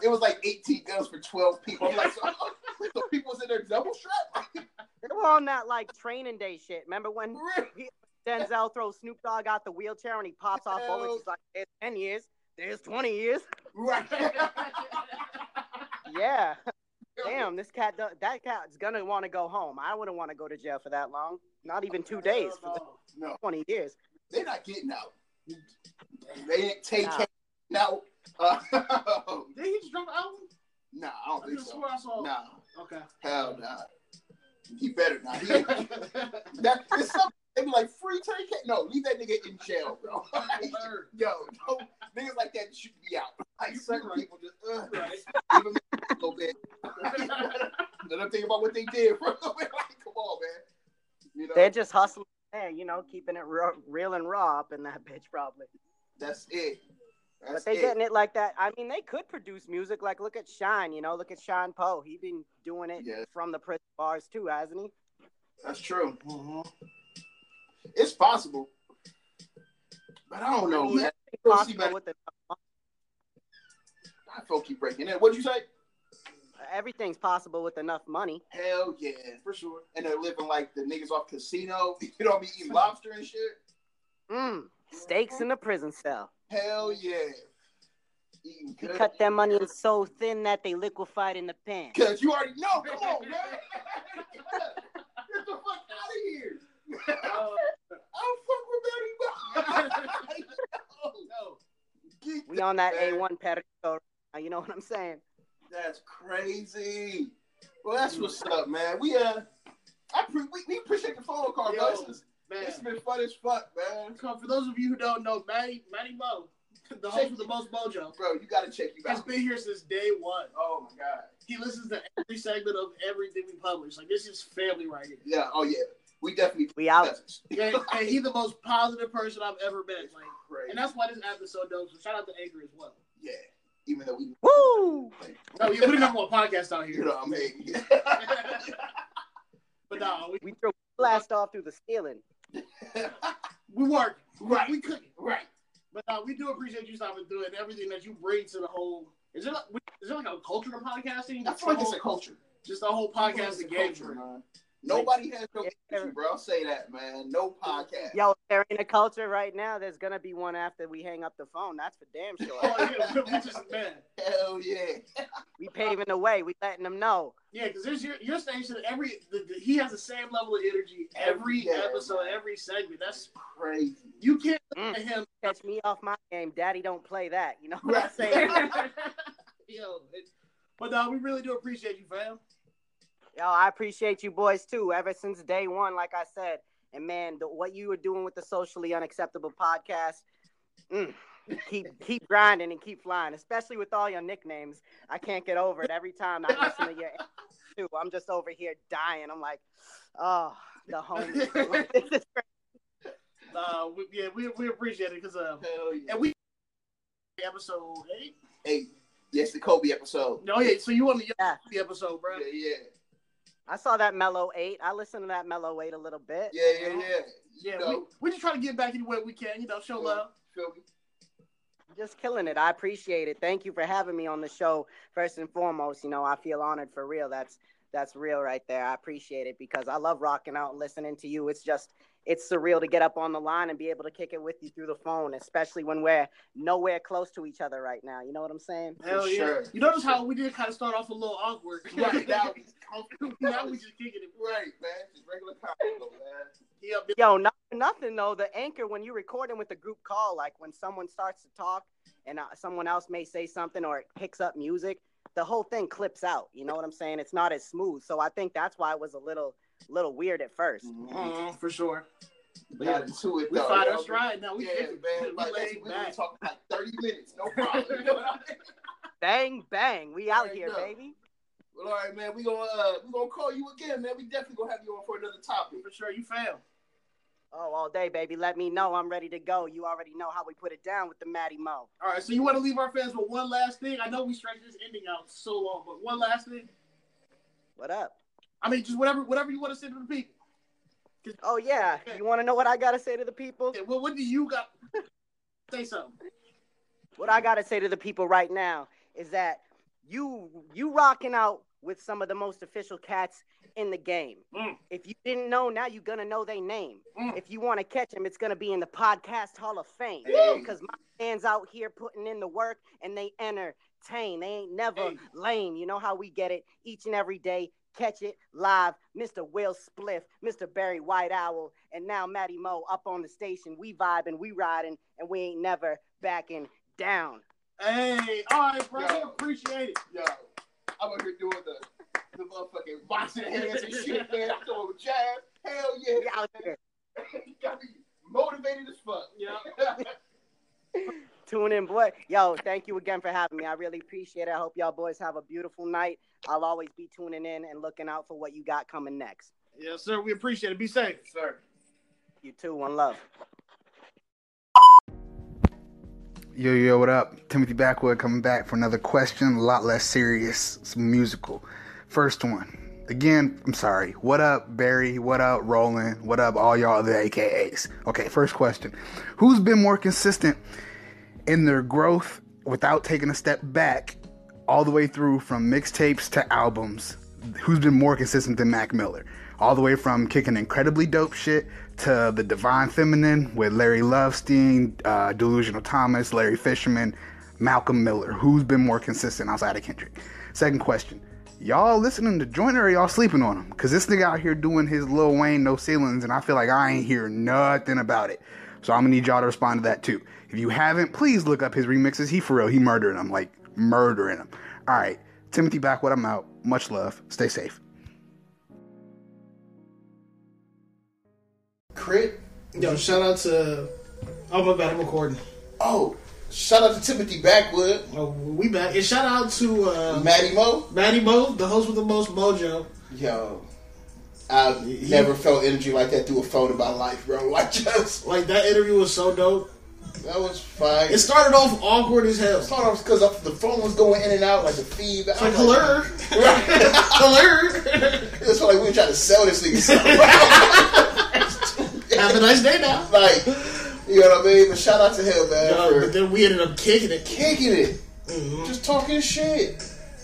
Speaker 2: it was like 18 guns for 12 people. I'm like, so, so people was in there double strap?
Speaker 6: They were on that like training day shit. Remember when
Speaker 2: For real?
Speaker 6: Denzel throws Snoop Dogg out the wheelchair and he pops off bullets? He's like, "There's ten years. There's twenty years."
Speaker 2: Right.
Speaker 6: Yeah. Damn, this cat, do- that cat's gonna want to go home. I wouldn't want to go to jail for that long. Not even two days, for the
Speaker 2: No,
Speaker 6: 20 years.
Speaker 2: they're not getting out. They didn't take
Speaker 6: Nah.
Speaker 2: it out. Uh,
Speaker 7: Did he just drop an album?
Speaker 2: nah, I don't
Speaker 7: I
Speaker 2: think
Speaker 7: just
Speaker 2: so.
Speaker 7: swear I saw.
Speaker 2: Nah,
Speaker 7: Okay.
Speaker 2: hell nah. He better not. He, that, it's something, they be like, free Terry K. No, leave that nigga in jail, bro.
Speaker 7: Word.
Speaker 2: Yo, no, niggas like that should be out. Like
Speaker 7: You're
Speaker 2: certain
Speaker 7: right.
Speaker 2: people just uh,
Speaker 7: Right.
Speaker 2: give them a little bit. Let them think about what they did for a little bit. Like, come on, man. You know,
Speaker 6: They're just hustling, hey, you know, keeping it real, real and raw up in that bitch, probably.
Speaker 2: that's it. That's
Speaker 6: But they
Speaker 2: it.
Speaker 6: getting it like that. I mean, they could produce music. Like, look at Shine, you know, look at Sean Poe. He been doing it
Speaker 2: Yeah.
Speaker 6: from the prison bars too, hasn't he?
Speaker 2: That's true. It's possible, but I don't know,
Speaker 6: mean,
Speaker 2: man. We'll see,
Speaker 6: Possible
Speaker 2: man.
Speaker 6: with the,
Speaker 2: I feel keep breaking in. What'd you say?
Speaker 6: everything's possible with enough money.
Speaker 2: Hell yeah, for sure. And they're living like the niggas off casino. You know, what I mean, eating lobster and shit.
Speaker 6: Mm, stakes in the prison cell.
Speaker 2: Hell yeah. Eating
Speaker 6: He
Speaker 2: good.
Speaker 6: cut that money in so thin that they liquefied in the pan.
Speaker 2: Cause you already know. Come on, man.
Speaker 7: Oh,
Speaker 2: I fuck with Betty White. Yo, geek
Speaker 6: We on that
Speaker 2: Man.
Speaker 6: A1 pedestal. uh, You know what I'm saying?
Speaker 2: That's crazy. Well, that's what's up, man. We uh, I pre- we, we appreciate the phone call, bro.
Speaker 7: Yo,
Speaker 2: This, is,
Speaker 7: Man.
Speaker 2: this has been fun as fuck, man.
Speaker 7: For those of you who don't know, Matty, Matty Mo, the host with the most mojo,
Speaker 2: Bro, you gotta check you
Speaker 7: has
Speaker 2: out.
Speaker 7: been here since day one.
Speaker 2: Oh my god.
Speaker 7: He listens to every segment of everything we publish. Like this is family right here.
Speaker 2: Yeah. Oh yeah. We definitely.
Speaker 6: We out.
Speaker 2: That's
Speaker 7: And, and he's the most positive person I've ever met. Like,
Speaker 2: crazy.
Speaker 7: and that's why this app is so dope. So shout out to Anchor as well.
Speaker 2: yeah. Even though we,
Speaker 6: Woo!
Speaker 7: No, we we the number one podcast out
Speaker 2: you
Speaker 7: here.
Speaker 2: know what I mean.
Speaker 7: But no, we
Speaker 6: We threw blast off through the ceiling.
Speaker 7: we work
Speaker 2: right.
Speaker 7: we cooking.
Speaker 2: Right.
Speaker 7: But no, we do appreciate you stopping through and everything that you bring to the whole. Is there like, is there like a culture to podcasting?
Speaker 2: I
Speaker 7: Just
Speaker 2: feel like
Speaker 7: the
Speaker 2: it's
Speaker 7: whole-
Speaker 2: a culture.
Speaker 7: Just the whole
Speaker 2: It's a
Speaker 7: podcasting game.
Speaker 2: culture, man. Nobody has no
Speaker 6: Yeah.
Speaker 2: issue, bro. I'll say that, man. No podcast.
Speaker 6: Yo, if there ain't a culture right now, there's gonna be one after we hang up the phone. That's for damn
Speaker 7: Oh
Speaker 6: sure.
Speaker 7: yeah, we just man.
Speaker 2: Hell yeah.
Speaker 6: we paving the way. We letting them know.
Speaker 7: Yeah, because there's your your station. Every the, the, he has the same level of energy every
Speaker 2: Yeah,
Speaker 7: episode,
Speaker 2: man.
Speaker 7: every segment. That's
Speaker 2: Crazy.
Speaker 7: you can't
Speaker 6: Mm.
Speaker 7: look at him.
Speaker 6: Catch me off my game, Daddy. Don't play that. You know what I'm saying?
Speaker 7: Yo, it, but no, we really do appreciate you, fam.
Speaker 6: Yo, Oh, I appreciate you boys too. Ever since day one, like I said, and man, the, what you were doing with the socially unacceptable podcast, mm, keep keep grinding and keep flying. Especially with all your nicknames, I can't get over it. Every time I listen to your too, I'm just over here dying. I'm like, oh, the homie. This is crazy.
Speaker 7: Uh, we, yeah, we, we appreciate it because uh,
Speaker 2: Hell yeah.
Speaker 7: and we episode eight.
Speaker 2: Hey, yes, the Kobe episode.
Speaker 7: No, yeah. So you on the
Speaker 6: Yeah.
Speaker 7: Young episode, bro?
Speaker 2: Yeah, yeah,
Speaker 6: I saw that Mellow Eight. I listened to that Mellow Eight a little bit.
Speaker 2: yeah, yeah, yeah.
Speaker 7: Yeah,
Speaker 2: You know,
Speaker 7: we, we just try to get back in where we can. You know, show love.
Speaker 2: feel me?
Speaker 6: Just killing it. I appreciate it. Thank you for having me on the show. First and foremost, you know, I feel honored for real. That's that's real right there. I appreciate it because I love rocking out and listening to you. It's just it's surreal to get up on the line and be able to kick it with you through the phone, especially when we're nowhere close to each other right now. You know what I'm saying?
Speaker 7: Hell yeah.
Speaker 2: sure.
Speaker 7: You notice how we did kind of start off a little awkward.
Speaker 2: Right now, he's
Speaker 7: now we just kicking it.
Speaker 2: right, man. Just regular combo, man.
Speaker 7: He up there.
Speaker 6: Yo, not for nothing though. The anchor when you're recording with a group call, like when someone starts to talk and uh, someone else may say something or it picks up music, the whole thing clips out. You know what I'm saying? It's not as smooth. So I think that's why it was a little, little weird at first.
Speaker 2: Mm.
Speaker 7: Uh-uh, for sure.
Speaker 2: We got into it,
Speaker 7: We
Speaker 2: though.
Speaker 7: find
Speaker 2: yo.
Speaker 7: our stride now. We
Speaker 2: yeah,
Speaker 7: kicking.
Speaker 2: man. Like,
Speaker 7: we
Speaker 2: that's,
Speaker 7: laid
Speaker 2: we been
Speaker 7: back.
Speaker 2: talking like 30 minutes, no problem. You know what I mean?
Speaker 6: Bang bang, we out
Speaker 2: There you
Speaker 6: here,
Speaker 2: go.
Speaker 6: baby.
Speaker 2: Well, all right, man. We gonna uh, we gonna call you again, man. We definitely gonna have you on for another topic.
Speaker 7: For sure, you fail.
Speaker 6: Oh, all day, baby. Let me know. I'm ready to go. You already know how we put it down with the Matty Mo.
Speaker 7: All right, so you want to leave our fans with one last thing? I know we stretched this ending out so long, but one last thing.
Speaker 6: What up?
Speaker 7: I mean, just whatever, whatever you want to say to the people.
Speaker 6: Oh yeah, you want to know what I gotta say to the people?
Speaker 7: Okay, well, what do you got? say something.
Speaker 6: what I gotta say to the people right now is that you you rocking out with some of the most official cats in the game.
Speaker 7: Mm.
Speaker 6: If you didn't know, now you're gonna know their name.
Speaker 7: Mm.
Speaker 6: If you want to catch them, it's gonna be in the podcast Hall of Fame
Speaker 2: Hey.
Speaker 6: because my fans out here putting in the work and they entertain. They ain't never
Speaker 7: Hey.
Speaker 6: lame. You know how we get it each and every day. Catch it live, Mr. Will Spliff, Mr. Barry White Owl, and now Matty Mo up on the station. We vibing, we riding, and we ain't never backing down.
Speaker 7: Hey, all right, bro.
Speaker 2: Yo.
Speaker 7: Appreciate it.
Speaker 2: Yo, I'm over here doing the the motherfucking boxing hands and shit, man. I'm doing jazz. Hell yeah.
Speaker 6: We out here.
Speaker 2: you got me motivated as fuck.
Speaker 7: Yeah.
Speaker 6: Tune in, boy. Yo, thank you again for having me. I really appreciate it. I hope y'all boys have a beautiful night. I'll always be tuning in and looking out for what you got coming next.
Speaker 7: Yes, sir. We appreciate it. Be safe.
Speaker 2: Sir.
Speaker 6: You too. One love.
Speaker 8: Yo, yo, what up? Timothy Backwood coming back for another question, a lot less serious, it's musical. First one. Again, I'm sorry. What up, Barry? What up, Roland? What up, all y'all other AKAs? Okay, first question. Who's been more consistent in their growth without taking a step back all the way through from mixtapes to albums? Who's been more consistent than Mac Miller? All the way from kicking incredibly dope shit to the Divine Feminine with Larry Lovestein, uh, Delusional Thomas, Larry Fisherman, Malcolm Miller. Who's been more consistent outside of Kendrick? Second question y'all listening to Joyner or y'all sleeping on him? Because this nigga out here doing his Lil Wayne no ceilings, and I feel like I ain't hear nothing about it. So I'm gonna need y'all to respond to that too. If you haven't, please look up his remixes. He for real, he murdering them, like murdering them. All right, Timothy Backwood, I'm out. Much love. Stay safe.
Speaker 2: Crit.
Speaker 1: Yo, shout out to. Oh my bad, I'm recording.
Speaker 2: Oh, shout out to Timothy Backwood,
Speaker 1: Oh, we back. And shout out to uh,
Speaker 2: Matty Mo.
Speaker 1: Maddie Mo, the host with the most mojo.
Speaker 2: Yo, I've never felt energy like that through a phone in my life, bro. Like just
Speaker 1: Like that interview was so dope.
Speaker 2: that was fine.
Speaker 1: It
Speaker 2: It's
Speaker 1: started off awkward as hell. It's
Speaker 2: hard because the phone was going in and out like the feed. It's
Speaker 1: like hello, hello.
Speaker 2: It's like we were trying to sell this thing. something.
Speaker 1: Have a nice day now.
Speaker 2: like, you know what I mean? But shout out to him, man,
Speaker 1: Yo,
Speaker 2: for
Speaker 1: but then we ended up kicking it
Speaker 2: kicking it, just talking shit,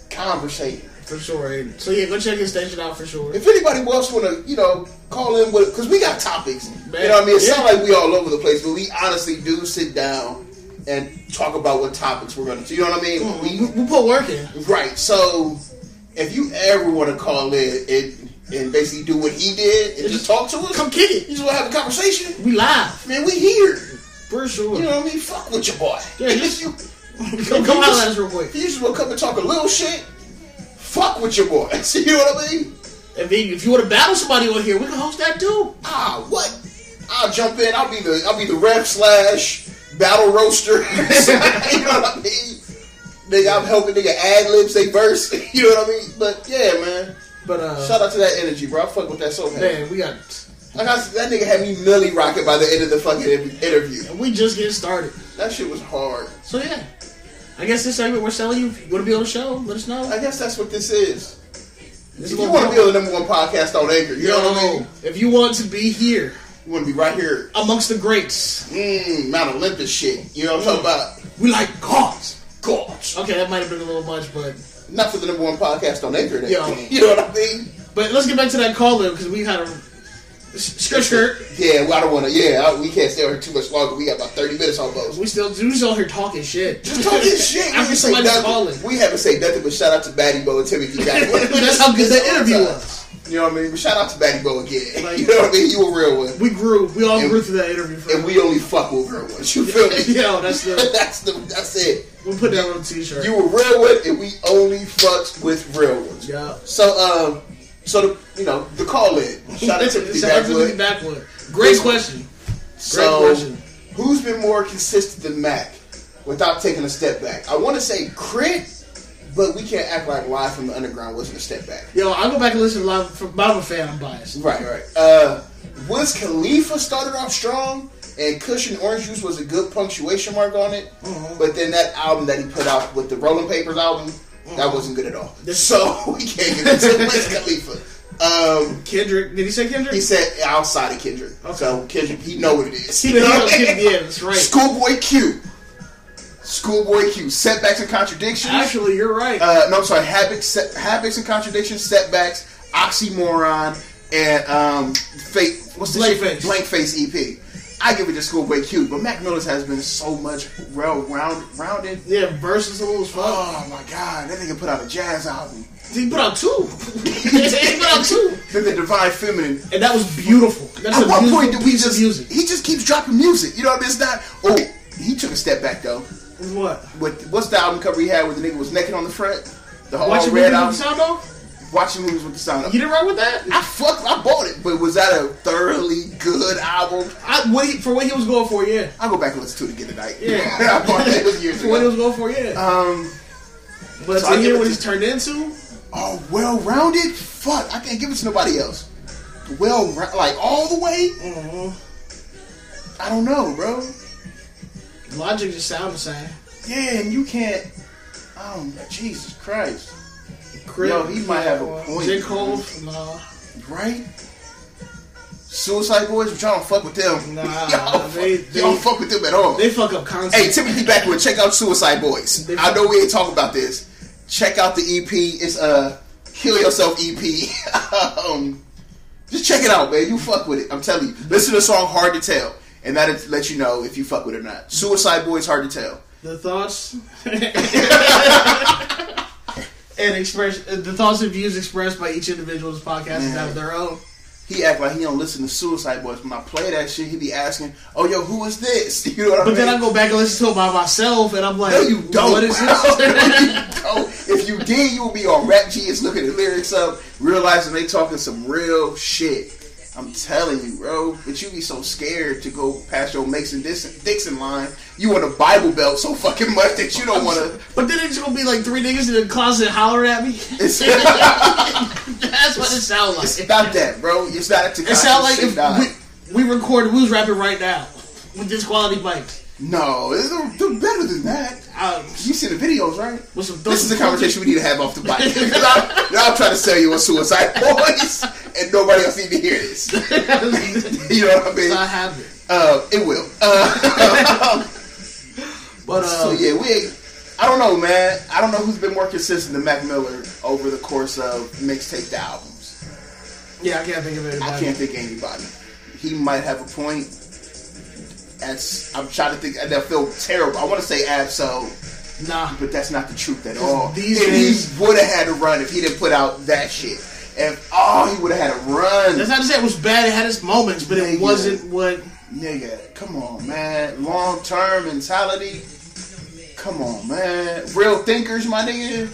Speaker 2: conversating.
Speaker 1: for sure. And so yeah, go check his station out for sure.
Speaker 2: If anybody else want to, you know, call in with, because we got topics. You know what I mean? It sounds
Speaker 1: Yeah.
Speaker 2: like we all over the place, but we honestly do sit down and talk about what topics we're going to. You know what I mean?
Speaker 1: We,
Speaker 2: We-
Speaker 1: we put work in.
Speaker 2: right. So if you ever want to call in and and basically do what he did and just talk to us,
Speaker 1: Come kick it.
Speaker 2: You just want to have a conversation,
Speaker 1: We live
Speaker 2: man. We here.
Speaker 1: for sure.
Speaker 2: You know what I mean? Fuck with your boy.
Speaker 1: Yeah, just-
Speaker 2: you,
Speaker 1: come come out at us real quick.
Speaker 2: if you just want to come and talk a little shit, fuck with your boy. you know what I mean?
Speaker 1: If you, if you want to battle somebody on here, we can host that too.
Speaker 2: ah, what? I'll jump in. I'll be the I'll be the ref slash battle roaster. you know what I mean? Nigga, I'm helping nigga ad libs they verse. You know what I mean? But yeah, man.
Speaker 1: But uh,
Speaker 2: Shout out to that energy, bro. I fuck with that so hard.
Speaker 1: man, we got
Speaker 2: Like I, said, that nigga had me milli rocking by the end of the fucking in- interview.
Speaker 1: and we just getting started.
Speaker 2: That shit was hard.
Speaker 1: So yeah, I guess this segment we're selling you. If you want to be on the show? Let us know.
Speaker 2: I guess that's what this is.
Speaker 1: This
Speaker 2: If
Speaker 1: is
Speaker 2: you
Speaker 1: what
Speaker 2: want to
Speaker 1: we
Speaker 2: be on the number one podcast on Anchor, you know what I mean.
Speaker 1: If you want to be here
Speaker 2: You want to be right here,
Speaker 1: amongst the greats,
Speaker 2: mm, Mount Olympus shit. You know what I'm talking
Speaker 1: we like gods.
Speaker 2: about? God.
Speaker 1: Okay, that might have been a little much, but
Speaker 2: not for the number one podcast on Anchor. That
Speaker 1: Yo.
Speaker 2: You know what I mean?
Speaker 1: but let's get back to that call in because we had a skirt skirt.
Speaker 2: Yeah, well, I don't want to. Yeah, I- we can't stay on here too much longer. We got about thirty minutes almost.
Speaker 1: We still dudes out here talking shit.
Speaker 2: Just talking shit. We
Speaker 1: After
Speaker 2: didn't say
Speaker 1: somebody's
Speaker 2: nothing.
Speaker 1: calling.
Speaker 2: We haven't said nothing but shout out to Batty Bo and Timothy. Batty.
Speaker 1: That's how good that interview was.
Speaker 2: You know what I mean? But shout out to Batty Bo again.
Speaker 1: Like-
Speaker 2: you know what I mean? You a real one,
Speaker 1: We grew. We all
Speaker 2: And-
Speaker 1: grew through that interview. For
Speaker 2: and we only fuck with real ones. You feel me?
Speaker 1: Yo, that's the-
Speaker 2: that's the that's it.
Speaker 1: we'll put that on a t-shirt.
Speaker 2: You a real one, and we only fucks with real ones.
Speaker 1: yeah.
Speaker 2: So um, so the you know the call in. Shout out to Timothy
Speaker 1: Shout out to
Speaker 2: Backwood.
Speaker 1: Timothy Backwood. Great question.
Speaker 2: So,
Speaker 1: question.
Speaker 2: who's been more consistent than Mac without taking a step back? I want to say Crit, but we can't act like Live from the Underground wasn't a step back.
Speaker 1: Yo, I go back and listen to live from I'm a fan. I'm biased.
Speaker 2: Right, right. Uh, Wiz Khalifa started off strong, and Cushion Orange Juice was a good punctuation mark on it. But then that album that he put out with the Rolling Papers album, that wasn't good at all. So we can't give it to Wiz Khalifa. Um,
Speaker 1: Kendrick, did he say Kendrick?
Speaker 2: he said outside of Kendrick, so Kendrick he know what it is.
Speaker 1: He- he- he- yeah, that's right.
Speaker 2: Schoolboy Q. Schoolboy Q. Setbacks and contradictions.
Speaker 1: Actually, you're right.
Speaker 2: uh, no, I'm sorry. Habits, set, habits and contradictions, setbacks, oxymoron, and um, fake. What's the
Speaker 1: Blank
Speaker 2: shit?
Speaker 1: Face.
Speaker 2: Blank face EP. I give it to Schoolboy Q, but Mac Miller's has been so much well round, rounded.
Speaker 1: yeah, versatile as fuck.
Speaker 2: Oh my god, that nigga put out a jazz album.
Speaker 1: He put out two. he put out two,
Speaker 2: Then the Divine Feminine.
Speaker 1: and that was beautiful. That's
Speaker 2: At
Speaker 1: a
Speaker 2: one
Speaker 1: beautiful
Speaker 2: point, did we
Speaker 1: piece of
Speaker 2: just
Speaker 1: music.
Speaker 2: he just keeps dropping music? You know what I mean? It's not. Oh, he took a step back though.
Speaker 1: What?
Speaker 2: With what's the album cover he had where the nigga was naked on the front? The whole
Speaker 1: Watching
Speaker 2: Oh, red
Speaker 1: movies with the
Speaker 2: album.
Speaker 1: sound off?
Speaker 2: Watching movies with the sound.
Speaker 1: You didn't write with that?
Speaker 2: I fucked. I bought it, but was that a thoroughly good album?
Speaker 1: I, what he, for what he was going for, yeah.
Speaker 2: I'll go back and listen to it again tonight.
Speaker 1: Yeah.
Speaker 2: I bought it, it was years
Speaker 1: For what he
Speaker 2: ago.
Speaker 1: was going for, yeah.
Speaker 2: Um,
Speaker 1: but
Speaker 2: so I
Speaker 1: to
Speaker 2: give
Speaker 1: hear
Speaker 2: it
Speaker 1: what
Speaker 2: to-
Speaker 1: he's turned into,
Speaker 2: oh, well rounded. Fuck, I can't give it to nobody else. Well, rou- like all the way.
Speaker 1: Mm-hmm.
Speaker 2: I don't know, bro.
Speaker 1: Logic just sound the same.
Speaker 2: Yeah, and you can't. I don't know. Jesus Christ.
Speaker 1: Crip,
Speaker 2: Yo, he might have a point.
Speaker 1: J. Cole, nah.
Speaker 2: Right? Suicide Boys, but y'all don't fuck with them.
Speaker 1: Nah,
Speaker 2: y'all,
Speaker 1: they-
Speaker 2: fuck, y'all don't
Speaker 1: they-
Speaker 2: fuck with them at all.
Speaker 1: They fuck up concepts.
Speaker 2: hey, Timothy Backwood, check out Suicide Boys.
Speaker 1: They-
Speaker 2: I know we ain't talking about this. Check out the EP. It's uh, Kill Yourself EP. um, just check it out, man. You fuck with it. I'm telling you. Listen to the song Hard to Tell, and that'll let you know if you fuck with it or not. Suicide Boys, Hard to Tell.
Speaker 1: the thoughts. and express the thoughts and views expressed by each individual's podcast is that of their own.
Speaker 2: He act like he don't listen to Suicide Boys. When I play that shit, he be asking, "Oh yo, who is this?" You know what I
Speaker 1: But
Speaker 2: mean?
Speaker 1: then I go back and listen to it by myself, and I'm like,
Speaker 2: No, you don't.
Speaker 1: What is
Speaker 2: bro. No, you
Speaker 1: this?
Speaker 2: don't. If you did, you would be on Rap G is looking the lyrics up, realizing they talking some real shit. I'm telling you, bro. But you be so scared to go past your Mason Dixon Dixon line. You want a Bible belt so fucking much that you don't want to.
Speaker 1: but then it's gonna be like three niggas in the closet hollering at me.
Speaker 2: It's,
Speaker 1: That's what it sounds like.
Speaker 2: it's not that, bro. It's not a
Speaker 1: It sounds like
Speaker 2: Tekashi
Speaker 1: if we, we record, we was rapping right now with this quality mic.
Speaker 2: No, it's they're better than that.
Speaker 1: Um,
Speaker 2: You see the videos, right?
Speaker 1: With some-
Speaker 2: this is a conversation we need to have off the mic. 'Cause I'm, now I'm trying to sell you on Suicide Boys, and nobody else need to hear this.
Speaker 1: it's
Speaker 2: You know what I mean?
Speaker 1: not happening.
Speaker 2: Uh, it will. Uh,
Speaker 1: But uh,
Speaker 2: so yeah, we. I don't know, man. I don't know who's been more consistent than Mac Miller over the course of mixtape to albums.
Speaker 1: yeah, I can't think of anybody.
Speaker 2: I can't think of anybody. He might have a point. As I'm trying to think, and I feel terrible. I want to say Abso,
Speaker 1: Nah,
Speaker 2: but that's not the truth at all.
Speaker 1: These
Speaker 2: and
Speaker 1: days-
Speaker 2: he would have had a run if he didn't put out that shit. And oh, he would have had a run.
Speaker 1: that's not to say it was bad. It had its moments, but
Speaker 2: Yeah, yeah.
Speaker 1: it wasn't what.
Speaker 2: Nigga, come on, man. Long term mentality. Come on, man. Real thinkers, my nigga.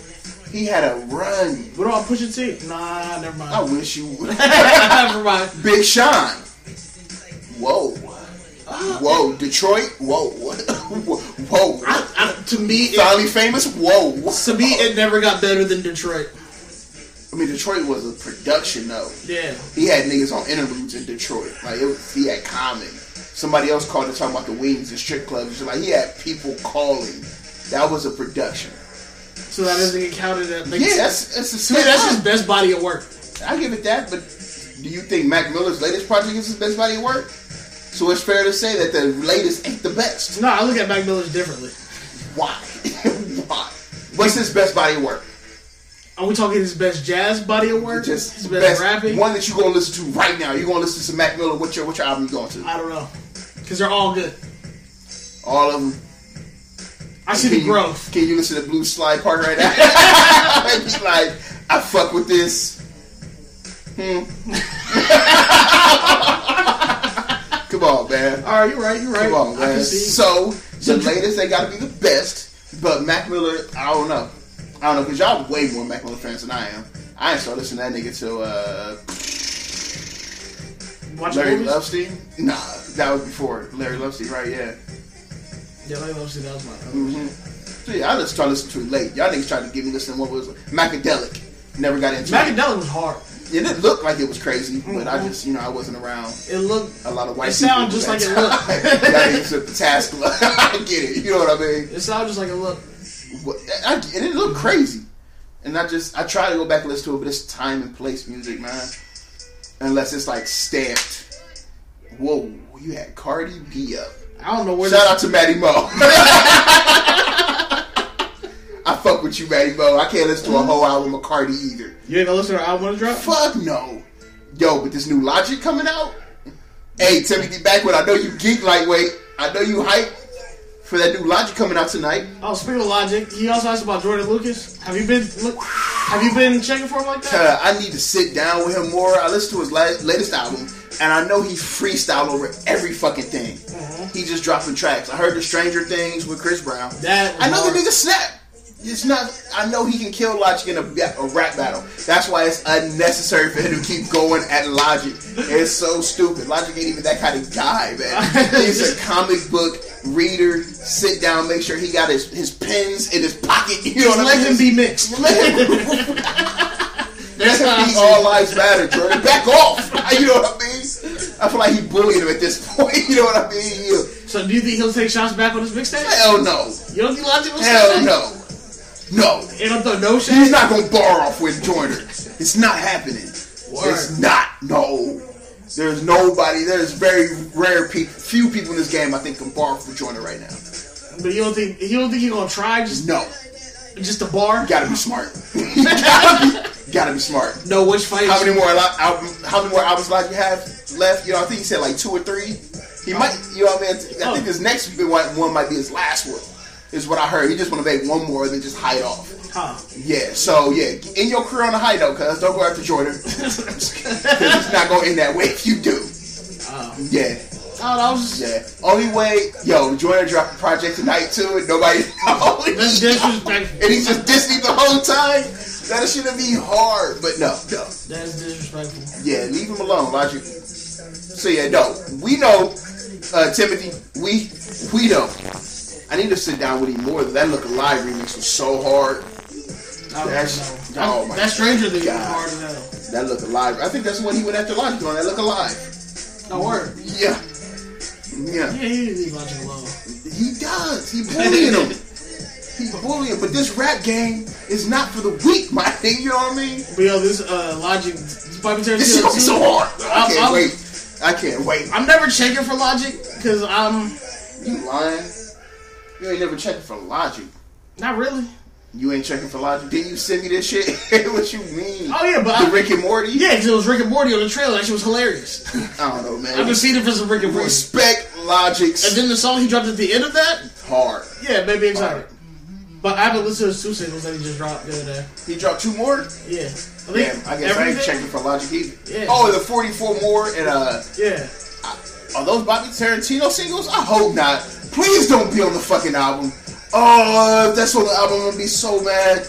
Speaker 2: He had a run.
Speaker 1: What do I push it to? Nah, never mind.
Speaker 2: I wish you would.
Speaker 1: never mind.
Speaker 2: Big Sean. Whoa. Whoa. Detroit. Whoa. Whoa.
Speaker 1: I, I, to me, it,
Speaker 2: Finally famous. Whoa.
Speaker 1: to me, it never got better than Detroit.
Speaker 2: I mean, Detroit was a production though.
Speaker 1: Yeah,
Speaker 2: He had niggas on interludes in Detroit. Like it was, he had Common. Somebody else called to talk about the wings and strip clubs. and shit. Like he had people calling. That was a production.
Speaker 1: so that doesn't get counted. That like,
Speaker 2: Yeah, that's that's a
Speaker 1: to me,
Speaker 2: step
Speaker 1: that's
Speaker 2: up.
Speaker 1: his best body of work.
Speaker 2: I give it that, but do you think Mac Miller's latest project is his best body of work? So it's fair to say that the latest ain't the best.
Speaker 1: No, I look at Mac Miller's differently.
Speaker 2: Why? Why? What's his best body of work?
Speaker 1: Are we talking his best jazz body of work?
Speaker 2: Just
Speaker 1: his best,
Speaker 2: best,
Speaker 1: rapping?
Speaker 2: one that you gonna listen to right now. You gonna listen to some Mac Miller. What's your what's your album you going to?
Speaker 1: I don't know, because they're all good.
Speaker 2: All of them.
Speaker 1: I see the
Speaker 2: Can you-
Speaker 1: growth.
Speaker 2: Can you listen to Blue Slide Park right now? I'd be like, I fuck with this. Hmm. Come on, man.
Speaker 1: All right, you're right. You're right.
Speaker 2: Come on,
Speaker 1: I can
Speaker 2: man.
Speaker 1: see.
Speaker 2: So the latest they got to be the best, but Mac Miller, I don't know. I don't know because y'all way more Mac Miller fans than I am. I ain't started listening to that nigga till uh,
Speaker 1: Watch
Speaker 2: Larry
Speaker 1: movies?
Speaker 2: Lovestein. Nah, that was before Larry Lovestein, right? Yeah.
Speaker 1: Yeah, Larry Lovestein. That was my.
Speaker 2: So yeah, I just started listening to it late. Y'all niggas tried to give me listening to what was Macadelic. Never got into it.
Speaker 1: Macadelic was hard.
Speaker 2: It didn't look like it was crazy, but I just, you know, I wasn't around
Speaker 1: It looked.
Speaker 2: a lot of white
Speaker 1: Mm-hmm. It sound
Speaker 2: people.
Speaker 1: just
Speaker 2: at
Speaker 1: like it
Speaker 2: that
Speaker 1: looked.
Speaker 2: time. Y'all niggas took the task. I get it. You know what I mean?
Speaker 1: It sounded just like it looked.
Speaker 2: What- I, it didn't
Speaker 1: Mm-hmm.
Speaker 2: look crazy. And I just, I try to go back and listen to it, but it's time and place music, man. Unless it's like stamped. Whoa, you had Cardi B up.
Speaker 1: I don't know where.
Speaker 2: Shout
Speaker 1: this-
Speaker 2: out to Maddie Mo. I fuck with you, Maddie Mo. I can't listen to a whole album of Cardi either.
Speaker 1: You ain't gonna listen to her album when it drop?
Speaker 2: Fuck no. Yo, with this new Logic coming out, hey, Timothy Backwood, I know you geek lightweight. I know you hype for that new Logic coming out tonight.
Speaker 1: Oh, speaking of Logic, he also asked about Jordan Lucas. Have you been look? Have you been checking for him like that?
Speaker 2: Uh, I need to sit down with him more. I listened to his la- latest album, and I know he freestyle over every fucking thing. He just dropping tracks. I heard the Stranger Things with Chris Brown.
Speaker 1: That
Speaker 2: I know the
Speaker 1: was-
Speaker 2: nigga snap. It's not. I know he can kill Logic in a, ba- a rap battle. That's why it's unnecessary for him to keep going at Logic. It's so stupid. Logic ain't even that kind of guy, man. He's a comic book reader. Sit down, make sure he got his, his pens in his pocket. You know
Speaker 1: Just
Speaker 2: what
Speaker 1: let
Speaker 2: I mean?
Speaker 1: him be mixed. That's how I
Speaker 2: Be
Speaker 1: see
Speaker 2: all
Speaker 1: it.
Speaker 2: lives matter, Jordan. Back off. You know what I mean? I feel like he bullied him at this point. You know what I mean? He-
Speaker 1: So do you think he'll take shots back on his mixtape?
Speaker 2: hell no.
Speaker 1: You don't think Logic will say
Speaker 2: Hell
Speaker 1: that?
Speaker 2: no. No.
Speaker 1: Ain't gonna throw no shit.
Speaker 2: He's not gonna bar off with Joyner. It's not happening.
Speaker 1: Word.
Speaker 2: It's not. No. There's nobody. There's very rare people. Few people in this game I think can bar off with Joyner right now.
Speaker 1: But you don't think you don't think he's gonna try just
Speaker 2: No.
Speaker 1: just a bar?
Speaker 2: You gotta be smart. you, gotta be, you gotta be smart.
Speaker 1: No, which fight?
Speaker 2: How many more al- album, How many more albums like you have left? You know, I think he said like two or three. He might. You know what I mean? I think his next big one, one might be his last one. Is what I heard. He just want to make one more and then just hide off.
Speaker 1: Huh.
Speaker 2: Yeah, so yeah, in your career on a high note, cuz don't go after Jordan. Because it's not going to end that way if you do. Yeah,
Speaker 1: Oh, that was just,
Speaker 2: yeah. Only way, yo, Jordan dropped a project tonight too, and nobody.
Speaker 1: that's disrespectful.
Speaker 2: and he's just Disney the whole time. That shouldn't be hard, but no, no.
Speaker 1: That's disrespectful.
Speaker 2: Yeah, leave him alone, Logic. So yeah, no, we know, uh, Timothy. We we know. I need to sit down with him more. That look alive remix was so hard.
Speaker 1: I don't
Speaker 2: That's-
Speaker 1: know.
Speaker 2: oh
Speaker 1: That-
Speaker 2: my
Speaker 1: that Stranger Things was
Speaker 2: God.
Speaker 1: hard as hell.
Speaker 2: That look alive. I think that's what he went after Logic on. That look alive.
Speaker 1: No word.
Speaker 2: Yeah,
Speaker 1: Yeah,
Speaker 2: yeah.
Speaker 1: he didn't leave Logic alone.
Speaker 2: He does. He bullying him. He bullying. But this rap game is not for the weak, my thing. You know what I mean?
Speaker 1: But yo, this uh, Logic, this Bobby Tarantino.
Speaker 2: This shit gonna be so
Speaker 1: too.
Speaker 2: hard. I
Speaker 1: I'm-
Speaker 2: can't
Speaker 1: I'm-
Speaker 2: wait. I can't wait.
Speaker 1: I'm never checking for Logic because I'm
Speaker 2: You lying? You ain't never checking for logic.
Speaker 1: not really.
Speaker 2: You ain't checking for logic. Didn't you send me this shit? what you mean?
Speaker 1: Oh yeah, but
Speaker 2: The
Speaker 1: I,
Speaker 2: Rick and Morty?
Speaker 1: yeah, because it was Rick and Morty on the trailer. That shit was hilarious.
Speaker 2: I don't know, man.
Speaker 1: I've been seeing it for some Rick and Morty.
Speaker 2: Respect
Speaker 1: And
Speaker 2: logic's
Speaker 1: then the song he dropped at the end of that,
Speaker 2: hard.
Speaker 1: yeah, Baby Exotic. But I haven't listened to his two singles that he just dropped the other day.
Speaker 2: He dropped two more?
Speaker 1: Yeah, I think
Speaker 2: Damn, I guess I ain't
Speaker 1: everything-
Speaker 2: checking for logic either.
Speaker 1: Yeah.
Speaker 2: Oh, the 44 more and uh
Speaker 1: Yeah,
Speaker 2: Are those Bobby Tarantino singles? I hope not. Please don't be on the fucking album. Oh, if that's on the album, I'm gonna be so mad.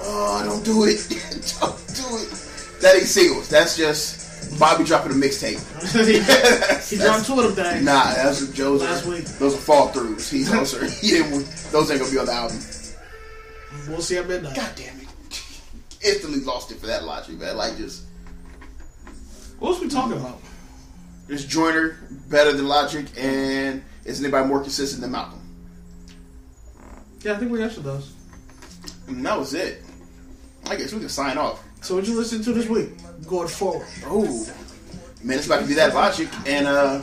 Speaker 2: Oh, don't do it. don't do it. That ain't singles. That's just Bobby dropping a mixtape.
Speaker 1: he,
Speaker 2: That's-
Speaker 1: he dropped two of them things.
Speaker 2: Nah, that's what Joe's.
Speaker 1: Last week.
Speaker 2: Those are fall throughs. He those are, he didn't. want- Those ain't gonna be on the album.
Speaker 1: We'll see at midnight.
Speaker 2: God damn it! Instantly lost it for that logic, man. Like just
Speaker 1: What was we talking about?
Speaker 2: is Joyner better than Logic, and is anybody more consistent than Malcolm?
Speaker 1: Yeah, I think we answered those.
Speaker 2: And that was it. I guess we can sign off.
Speaker 1: So what you listen to this week going forward?
Speaker 2: Oh, man, it's about to be that logic. And uh,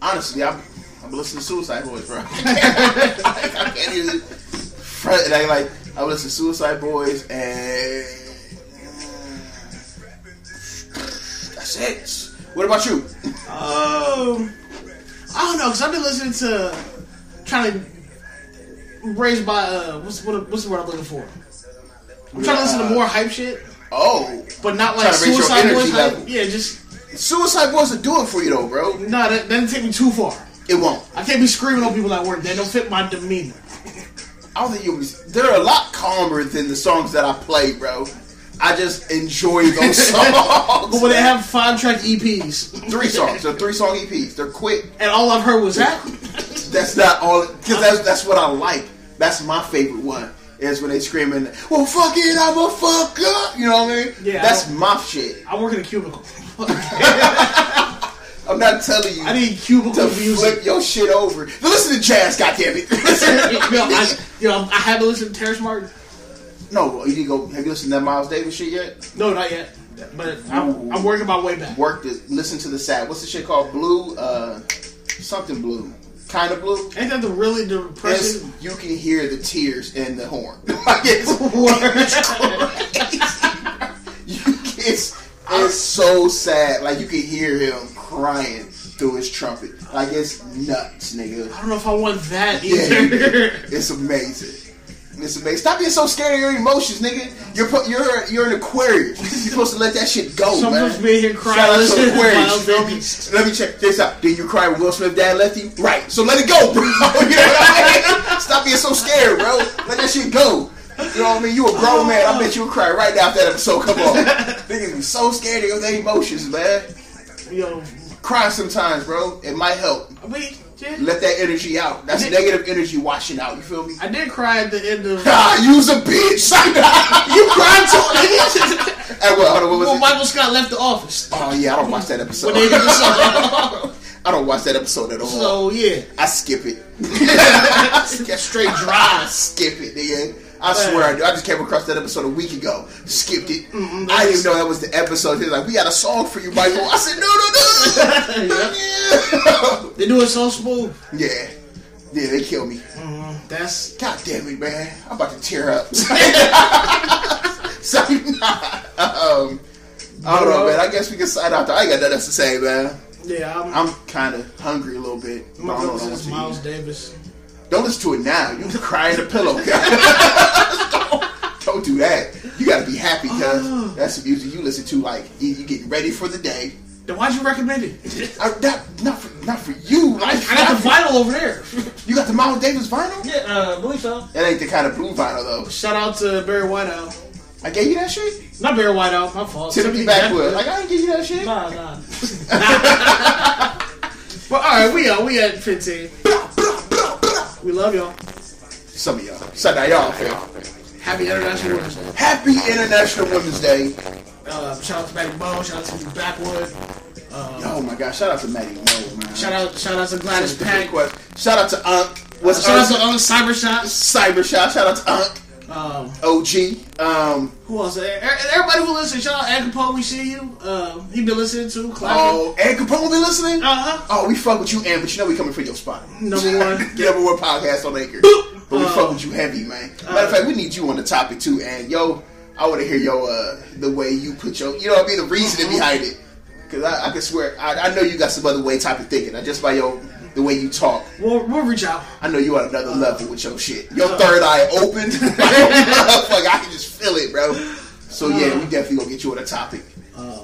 Speaker 2: honestly, I'm, I'm listening to Suicide Boys, bro. I can't even. Bro, And I like, I listen to Suicide Boys, and uh, that's it. What about you?
Speaker 1: Um, I don't know, cause I've been listening to trying to raise my uh, what's what, what's the word I'm looking for? I'm trying to listen to more hype shit,
Speaker 2: Oh,
Speaker 1: but not like
Speaker 2: Trying to raise your
Speaker 1: Suicide Boys
Speaker 2: energy
Speaker 1: hype.
Speaker 2: level.
Speaker 1: Yeah, just
Speaker 2: Suicide Boys will do it for you, though, bro.
Speaker 1: nah, that doesn't take me too far.
Speaker 2: It won't.
Speaker 1: I can't be screaming on people at work. That don't fit my demeanor.
Speaker 2: I don't think you'll be. They're a lot calmer than the songs that I play, bro. I just enjoy those songs.
Speaker 1: But when they have five track E EPs,
Speaker 2: three songs, they're three song EPs. They're quick.
Speaker 1: and all I've heard was that,
Speaker 2: That's not all. Cause that's that's what I like. That's my favorite one. Is when they screaming, "Well, fuck it, I'm a fuck up." You know what I mean?
Speaker 1: Yeah, I
Speaker 2: That's
Speaker 1: don't-
Speaker 2: my shit.
Speaker 1: I work in a cubicle.
Speaker 2: I'm not telling you
Speaker 1: I need
Speaker 2: to
Speaker 1: cubicle music.
Speaker 2: flip your shit over. Listen to jazz, goddammit. Listen.
Speaker 1: yo, I, yo, I haven't listened to Terrence Martin.
Speaker 2: no, you need to go. Have you listened to that Miles Davis shit yet?
Speaker 1: No, not yet. But I'm, I'm working my way back.
Speaker 2: Work this. Listen to the sad. What's the shit called? Blue. Uh, something blue. Kind of blue.
Speaker 1: Ain't that the really
Speaker 2: It's-
Speaker 1: depressing?
Speaker 2: you can hear the tears and the horn. Like, it's, it's crazy. You- it's, it's so sad. Like you can hear him crying through his trumpet. Like it's nuts, nigga.
Speaker 1: I don't know if I want that
Speaker 2: Yeah,
Speaker 1: either.
Speaker 2: it's amazing. It's amazing. Stop being so scared of your emotions, nigga. You're pu- you're you're an Aquarius. You're supposed to let that shit go,
Speaker 1: Someone's
Speaker 2: man.
Speaker 1: been here
Speaker 2: Shout
Speaker 1: crying
Speaker 2: out to
Speaker 1: listening to Miles
Speaker 2: Aquarius. Let me,
Speaker 1: Davis.
Speaker 2: let me check this out. Did you cry when Will Smith dad left you? Right. So let it go, bro. You know what I mean? Stop being so scared, bro. Let that shit go. You know what I mean? You a grown man. I bet you would cry right now after that episode. Come on. Niggas be so scared of their emotions, man.
Speaker 1: Yo,
Speaker 2: Cry sometimes, bro. It might help.
Speaker 1: I mean, yeah,
Speaker 2: Let that energy out. That's negative energy washing out. You feel me?
Speaker 1: I did cry at the end of
Speaker 2: Ah, you's a bitch. you cried too. hey, what, hold on, what was
Speaker 1: when
Speaker 2: it?
Speaker 1: Michael Scott left the office.
Speaker 2: Oh yeah, I don't watch that episode.
Speaker 1: When they did the song.
Speaker 2: I don't watch that episode at all.
Speaker 1: So yeah,
Speaker 2: I skip it. I skip straight dry. I skip it, nigga. I swear I do. I just came across that episode a week ago. Skipped it. I didn't even know that was the episode. He was like, "We got a song for you, Michael." I said, "No, no, no."
Speaker 1: they do it so smooth.
Speaker 2: yeah, yeah, they kill me.
Speaker 1: That's
Speaker 2: God damn it, man. I'm about to tear up. Sorry, nah. Um, I don't know, man. I guess we can sign out. though. I ain't got nothing else to say, man.
Speaker 1: yeah. I'm,
Speaker 2: I'm kind of hungry a little bit.
Speaker 1: I'm
Speaker 2: but I
Speaker 1: gonna
Speaker 2: don't,
Speaker 1: go
Speaker 2: know
Speaker 1: listen
Speaker 2: what
Speaker 1: to
Speaker 2: to eat.
Speaker 1: Miles Davis.
Speaker 2: Don't listen to it now. You can cry in a pillow. be happy because that's the music you listen to. Like you, you getting ready for the day.
Speaker 1: Then why'd you recommend it?
Speaker 2: I, not, not for not for you. Like
Speaker 1: I got the vinyl over there.
Speaker 2: You got the Miles Davis vinyl.
Speaker 1: yeah, uh, believe so.
Speaker 2: That ain't the kind of blue vinyl though.
Speaker 1: Shout out to Barry Whiteout.
Speaker 2: I gave you that shit.
Speaker 1: Not Barry Whiteout, my fault.
Speaker 2: Timothy Backwood. Like I didn't give you that shit.
Speaker 1: Nah, nah. but all right, we are. We at 15. We love y'all.
Speaker 2: Some of y'all. Some of y'all. fam.
Speaker 1: Happy International Women's Day.
Speaker 2: Happy International Women's Day.
Speaker 1: Uh, shout out to Maggie Bone. Shout out to Timothy Backwood.
Speaker 2: Oh my God! Shout out to Maddie Mo, man.
Speaker 1: Shout out, shout out to Gladys Pack. Shout
Speaker 2: Request. Shout out to Unk. What's
Speaker 1: out to
Speaker 2: Unk?
Speaker 1: all the cyber shots.
Speaker 2: Cyber Shot. Shout out to Unk.
Speaker 1: Um,
Speaker 2: OG. Um,
Speaker 1: who else? E- e- Everybody who listens, shout out Ed Capone. We see you. Um, he been listening to clapping.
Speaker 2: oh, Ed Capone been listening?
Speaker 1: Uh huh.
Speaker 2: Oh, we fuck with you, Ann, but you know we coming for your spot.
Speaker 1: Number one. Uh,
Speaker 2: Get number one podcast on Anchor. But we fuck with you heavy, man. Matter of fact, we need you on the topic too, and yo, I want to hear your uh, the way you put your, you know, what I mean, the reasoning
Speaker 1: Uh-huh.
Speaker 2: behind it. Because I, I can swear, I, I know you got some other way type of thinking. Not just by your the way you talk.
Speaker 1: We'll, we'll reach out.
Speaker 2: I know you on another
Speaker 1: Uh-huh.
Speaker 2: level with your shit. Your third eye open. like, I can just feel it, bro. So
Speaker 1: Uh-huh.
Speaker 2: yeah, we definitely gonna get you on the topic.
Speaker 1: Um,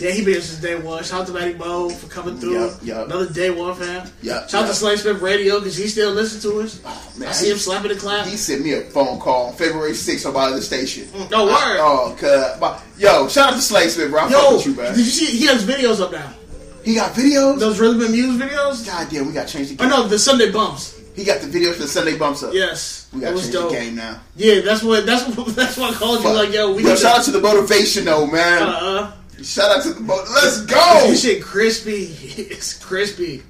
Speaker 1: yeah, he been since day one. Shout out to Matty Bo for coming through.
Speaker 2: Yup, yup.
Speaker 1: Another day one fan.
Speaker 2: Yup,
Speaker 1: Shout out to
Speaker 2: yup.
Speaker 1: Slave Smith Radio because he still listens to us.
Speaker 2: man.
Speaker 1: I see him slapping the clap.
Speaker 2: He sent me a phone call on February 6th about the station.
Speaker 1: Mm, No word.
Speaker 2: Oh, cuz. my- Yo, shout out to Slay Smith, bro. I fuck
Speaker 1: Yo,
Speaker 2: with you, man.
Speaker 1: did you see? He has videos up now.
Speaker 2: He got videos?
Speaker 1: Those Rhythm and Muse videos.
Speaker 2: God damn, we got to change the
Speaker 1: Oh
Speaker 2: game.
Speaker 1: no, the Sunday Bumps.
Speaker 2: He got the videos for the Sunday Bumps Up.
Speaker 1: Yes,
Speaker 2: We
Speaker 1: that
Speaker 2: got to
Speaker 1: was
Speaker 2: change
Speaker 1: dope.
Speaker 2: the game now.
Speaker 1: Yeah, that's what that's what that's why I called you. Like, yo, we
Speaker 2: yo,
Speaker 1: need
Speaker 2: shout
Speaker 1: to.
Speaker 2: out to the motivation, though, man.
Speaker 1: Uh,
Speaker 2: shout out to the mo- Let's
Speaker 1: uh,
Speaker 2: go!
Speaker 1: this shit crispy. it's crispy.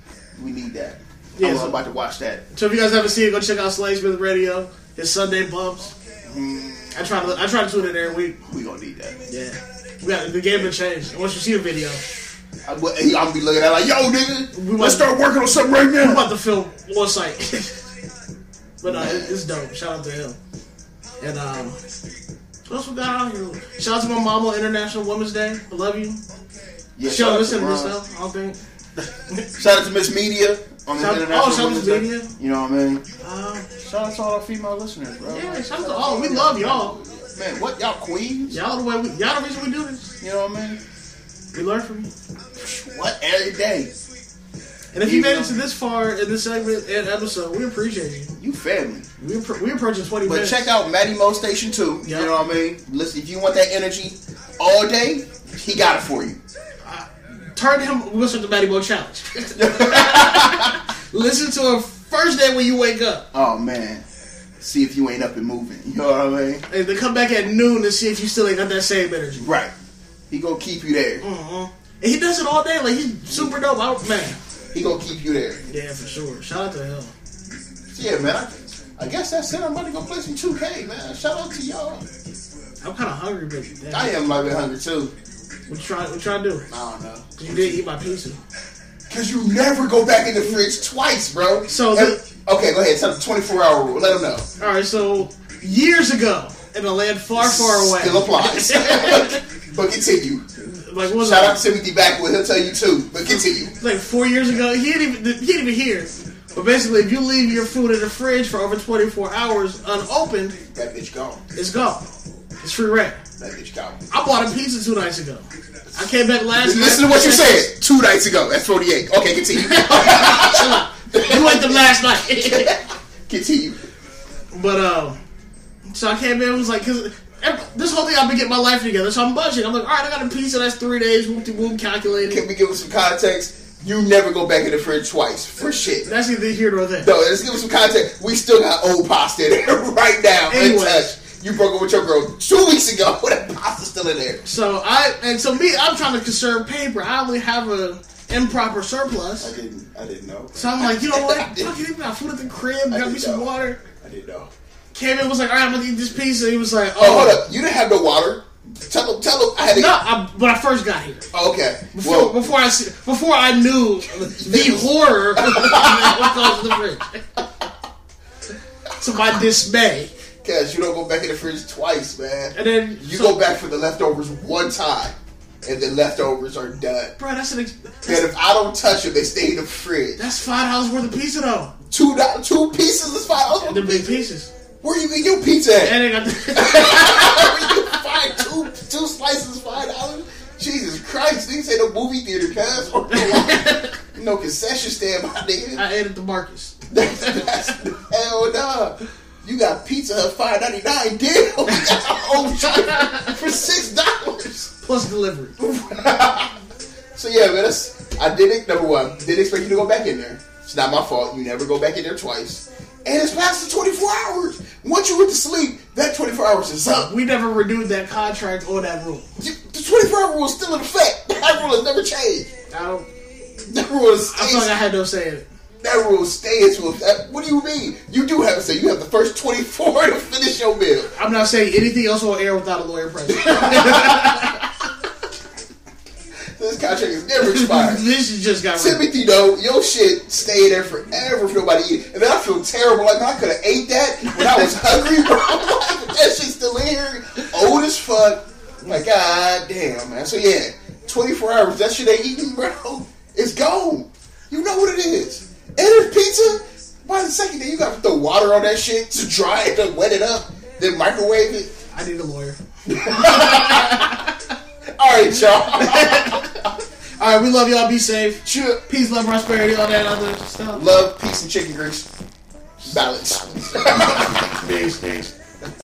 Speaker 2: We need that.
Speaker 1: Yeah,
Speaker 2: I was
Speaker 1: so-
Speaker 2: about to watch that.
Speaker 1: So if you guys haven't seen it, go check out Slade Smith Radio. His Sunday Bumps.
Speaker 2: Mm.
Speaker 1: I try to I try to tune in every week.
Speaker 2: We gonna need that.
Speaker 1: Yeah, we got the game has changed. And Once you see a video,
Speaker 2: I, am gonna be looking at it like, yo, nigga,
Speaker 1: We
Speaker 2: let's
Speaker 1: must-
Speaker 2: start working on something right
Speaker 1: I'm
Speaker 2: now.
Speaker 1: about to film one site. but uh, it- it's dope. Shout out to him. And um, what else we got out here? Shout out to my mama, International Women's Day. I love you.
Speaker 2: Yeah,
Speaker 1: She don't
Speaker 2: out
Speaker 1: listen to this
Speaker 2: Ron.
Speaker 1: stuff. I don't think.
Speaker 2: Shout out to Miss Media on the
Speaker 1: Shout-
Speaker 2: international.
Speaker 1: oh, shout out to
Speaker 2: Women's Day.
Speaker 1: Media.
Speaker 2: You know what I mean?
Speaker 1: Uh,
Speaker 2: Shout out to all our female listeners, bro.
Speaker 1: yeah, shout out to all. We love y'all.
Speaker 2: Man, what y'all queens?
Speaker 1: Y'all the way we, y'all the reason we do this.
Speaker 2: You know what I mean?
Speaker 1: We learn from you.
Speaker 2: What every day?
Speaker 1: And if you
Speaker 2: Even
Speaker 1: made it
Speaker 2: though-
Speaker 1: to this far in this segment and episode, we appreciate you.
Speaker 2: You family.
Speaker 1: We appro- we approaching twenty
Speaker 2: But
Speaker 1: minutes.
Speaker 2: check out Matty Mo Station too.
Speaker 1: Yeah.
Speaker 2: You know what I mean? Listen, if you want that energy all day, he got it for you.
Speaker 1: Turn him. We're gonna start the Matty Bo challenge. Listen to him first day when you wake up,
Speaker 2: Oh man. See if you ain't up and moving. You know what I mean?
Speaker 1: and then come back at noon to see if you still ain't got that same energy. Mm-hmm.
Speaker 2: Right. He gonna keep you there.
Speaker 1: And he does it all day. Like he's super dope. I, man.
Speaker 2: He gonna keep you there.
Speaker 1: Yeah, for sure. Shout out to him.
Speaker 2: Yeah, man. I, I guess that's it. I'm about to go play some 2K, man. Shout out to y'all.
Speaker 1: I'm kind of hungry, but damn,
Speaker 2: I am like 100 too.
Speaker 1: what you try what you try to do?
Speaker 2: I don't know.
Speaker 1: 'Cause You did eat my pizza.
Speaker 2: Cause you never go back in the fridge twice, bro.
Speaker 1: So
Speaker 2: And-
Speaker 1: the-
Speaker 2: okay, go ahead. Tell them 24 hour rule. Let them know.
Speaker 1: All right, so years ago in a land far, far away.
Speaker 2: Still applies. but continue.
Speaker 1: Like what was
Speaker 2: Shout
Speaker 1: it?
Speaker 2: out to Timothy Backwood. He'll tell you too. But continue.
Speaker 1: like four years ago. He didn't even he didn't even hear. But basically, if you leave your food in the fridge for over 24 hours unopened,
Speaker 2: That bitch gone.
Speaker 1: it's gone. It's free rent.
Speaker 2: That bitch gone.
Speaker 1: I bought a pizza two nights ago. I came back last. night.
Speaker 2: Listen to what you said two nights ago. That's 48. Okay, continue.
Speaker 1: Chill out. You ate them last night.
Speaker 2: continue.
Speaker 1: but um, so I came in. It was like, cause ev- this whole thing I've been getting my life together. So I'm budgeting. I'm like, all right, I got a pizza. That's three days. Whoop de whoop. Calculating.
Speaker 2: Can we give them some context? You never go back in the fridge twice for shit.
Speaker 1: That's neither here nor there.
Speaker 2: No, let's give them some context. We still got old pasta in there right now.
Speaker 1: Anyway.
Speaker 2: Untouched. You broke up with your girl two weeks ago. That pasta's still in there.
Speaker 1: So I and so me, I'm trying to conserve paper. I only have a improper surplus.
Speaker 2: I didn't. I didn't know.
Speaker 1: So I'm like, you know
Speaker 2: I
Speaker 1: what?
Speaker 2: did-
Speaker 1: Fuck it, I got food at the crib,
Speaker 2: I
Speaker 1: got
Speaker 2: did
Speaker 1: me some
Speaker 2: know.
Speaker 1: water.
Speaker 2: I didn't know.
Speaker 1: Came in was like, all right, I'm gonna eat this pizza. He was like,
Speaker 2: Oh, hold
Speaker 1: oh,
Speaker 2: up. You didn't have no water. Tell them. Tell them. I had to.
Speaker 1: no, I, when I first got here,
Speaker 2: Oh, okay.
Speaker 1: before,
Speaker 2: Well,
Speaker 1: before I see- before I knew the horror of what caused the fridge. to my dismay,
Speaker 2: because you don't go back in the fridge twice, man.
Speaker 1: and then
Speaker 2: You
Speaker 1: so,
Speaker 2: go back for the leftovers one time, and the leftovers are done.
Speaker 1: bro. That's an ex-
Speaker 2: And
Speaker 1: that's,
Speaker 2: if I don't touch them, they stay in the fridge.
Speaker 1: that's five dollars worth of pizza though.
Speaker 2: Two do- two pieces is five.
Speaker 1: The big pieces,
Speaker 2: Where you get your pizza at?
Speaker 1: and they got the,
Speaker 2: Where you find Two slices, five dollars. Jesus Christ! These ain't no movie theater, cuz or no- no concession stand, my nigga.
Speaker 1: I ate at the Marcus.
Speaker 2: That's, that's, hell no. You got pizza at five ninety nine deal. Oh, shit, for six dollars.
Speaker 1: Plus delivery.
Speaker 2: So yeah, man, that's, I didn't number one didn't expect you to go back in there. It's not my fault. You never go back in there twice. And it's past the 24 hours. Once you went to sleep, that 24 hours is up.
Speaker 1: We never renewed that contract or that rule.
Speaker 2: You, the 24 hour rule is still in effect. That rule has never changed.
Speaker 1: I don't.
Speaker 2: That rule
Speaker 1: I feel like I
Speaker 2: stays.
Speaker 1: had no say in it.
Speaker 2: That rule stays. With, that, what do you mean? You do have to say you have the first 24 to finish your meal.
Speaker 1: I'm not saying anything else on air without a lawyer present.
Speaker 2: This contract is never expired.
Speaker 1: this is just got renewed.
Speaker 2: Timothy though, your shit stayed there forever for nobody to eat. And then I feel terrible. Like man, I could have ate that when I was hungry, bro. Like, that shit's still in here, old as fuck. I'm Like god damn, man. So yeah, 24 hours. That shit ain't eaten, bro. It's gone. You know what it is. And if pizza, by the second day you got to throw water on that shit to dry it, to wet it up, then microwave it.
Speaker 1: I need a lawyer.
Speaker 2: All right, y'all.
Speaker 1: All right, we love y'all. Be safe.
Speaker 2: Chill.
Speaker 1: Peace, love, prosperity, all that other stuff.
Speaker 2: Love, peace, and chicken grease. Balance.
Speaker 1: Peace, peace.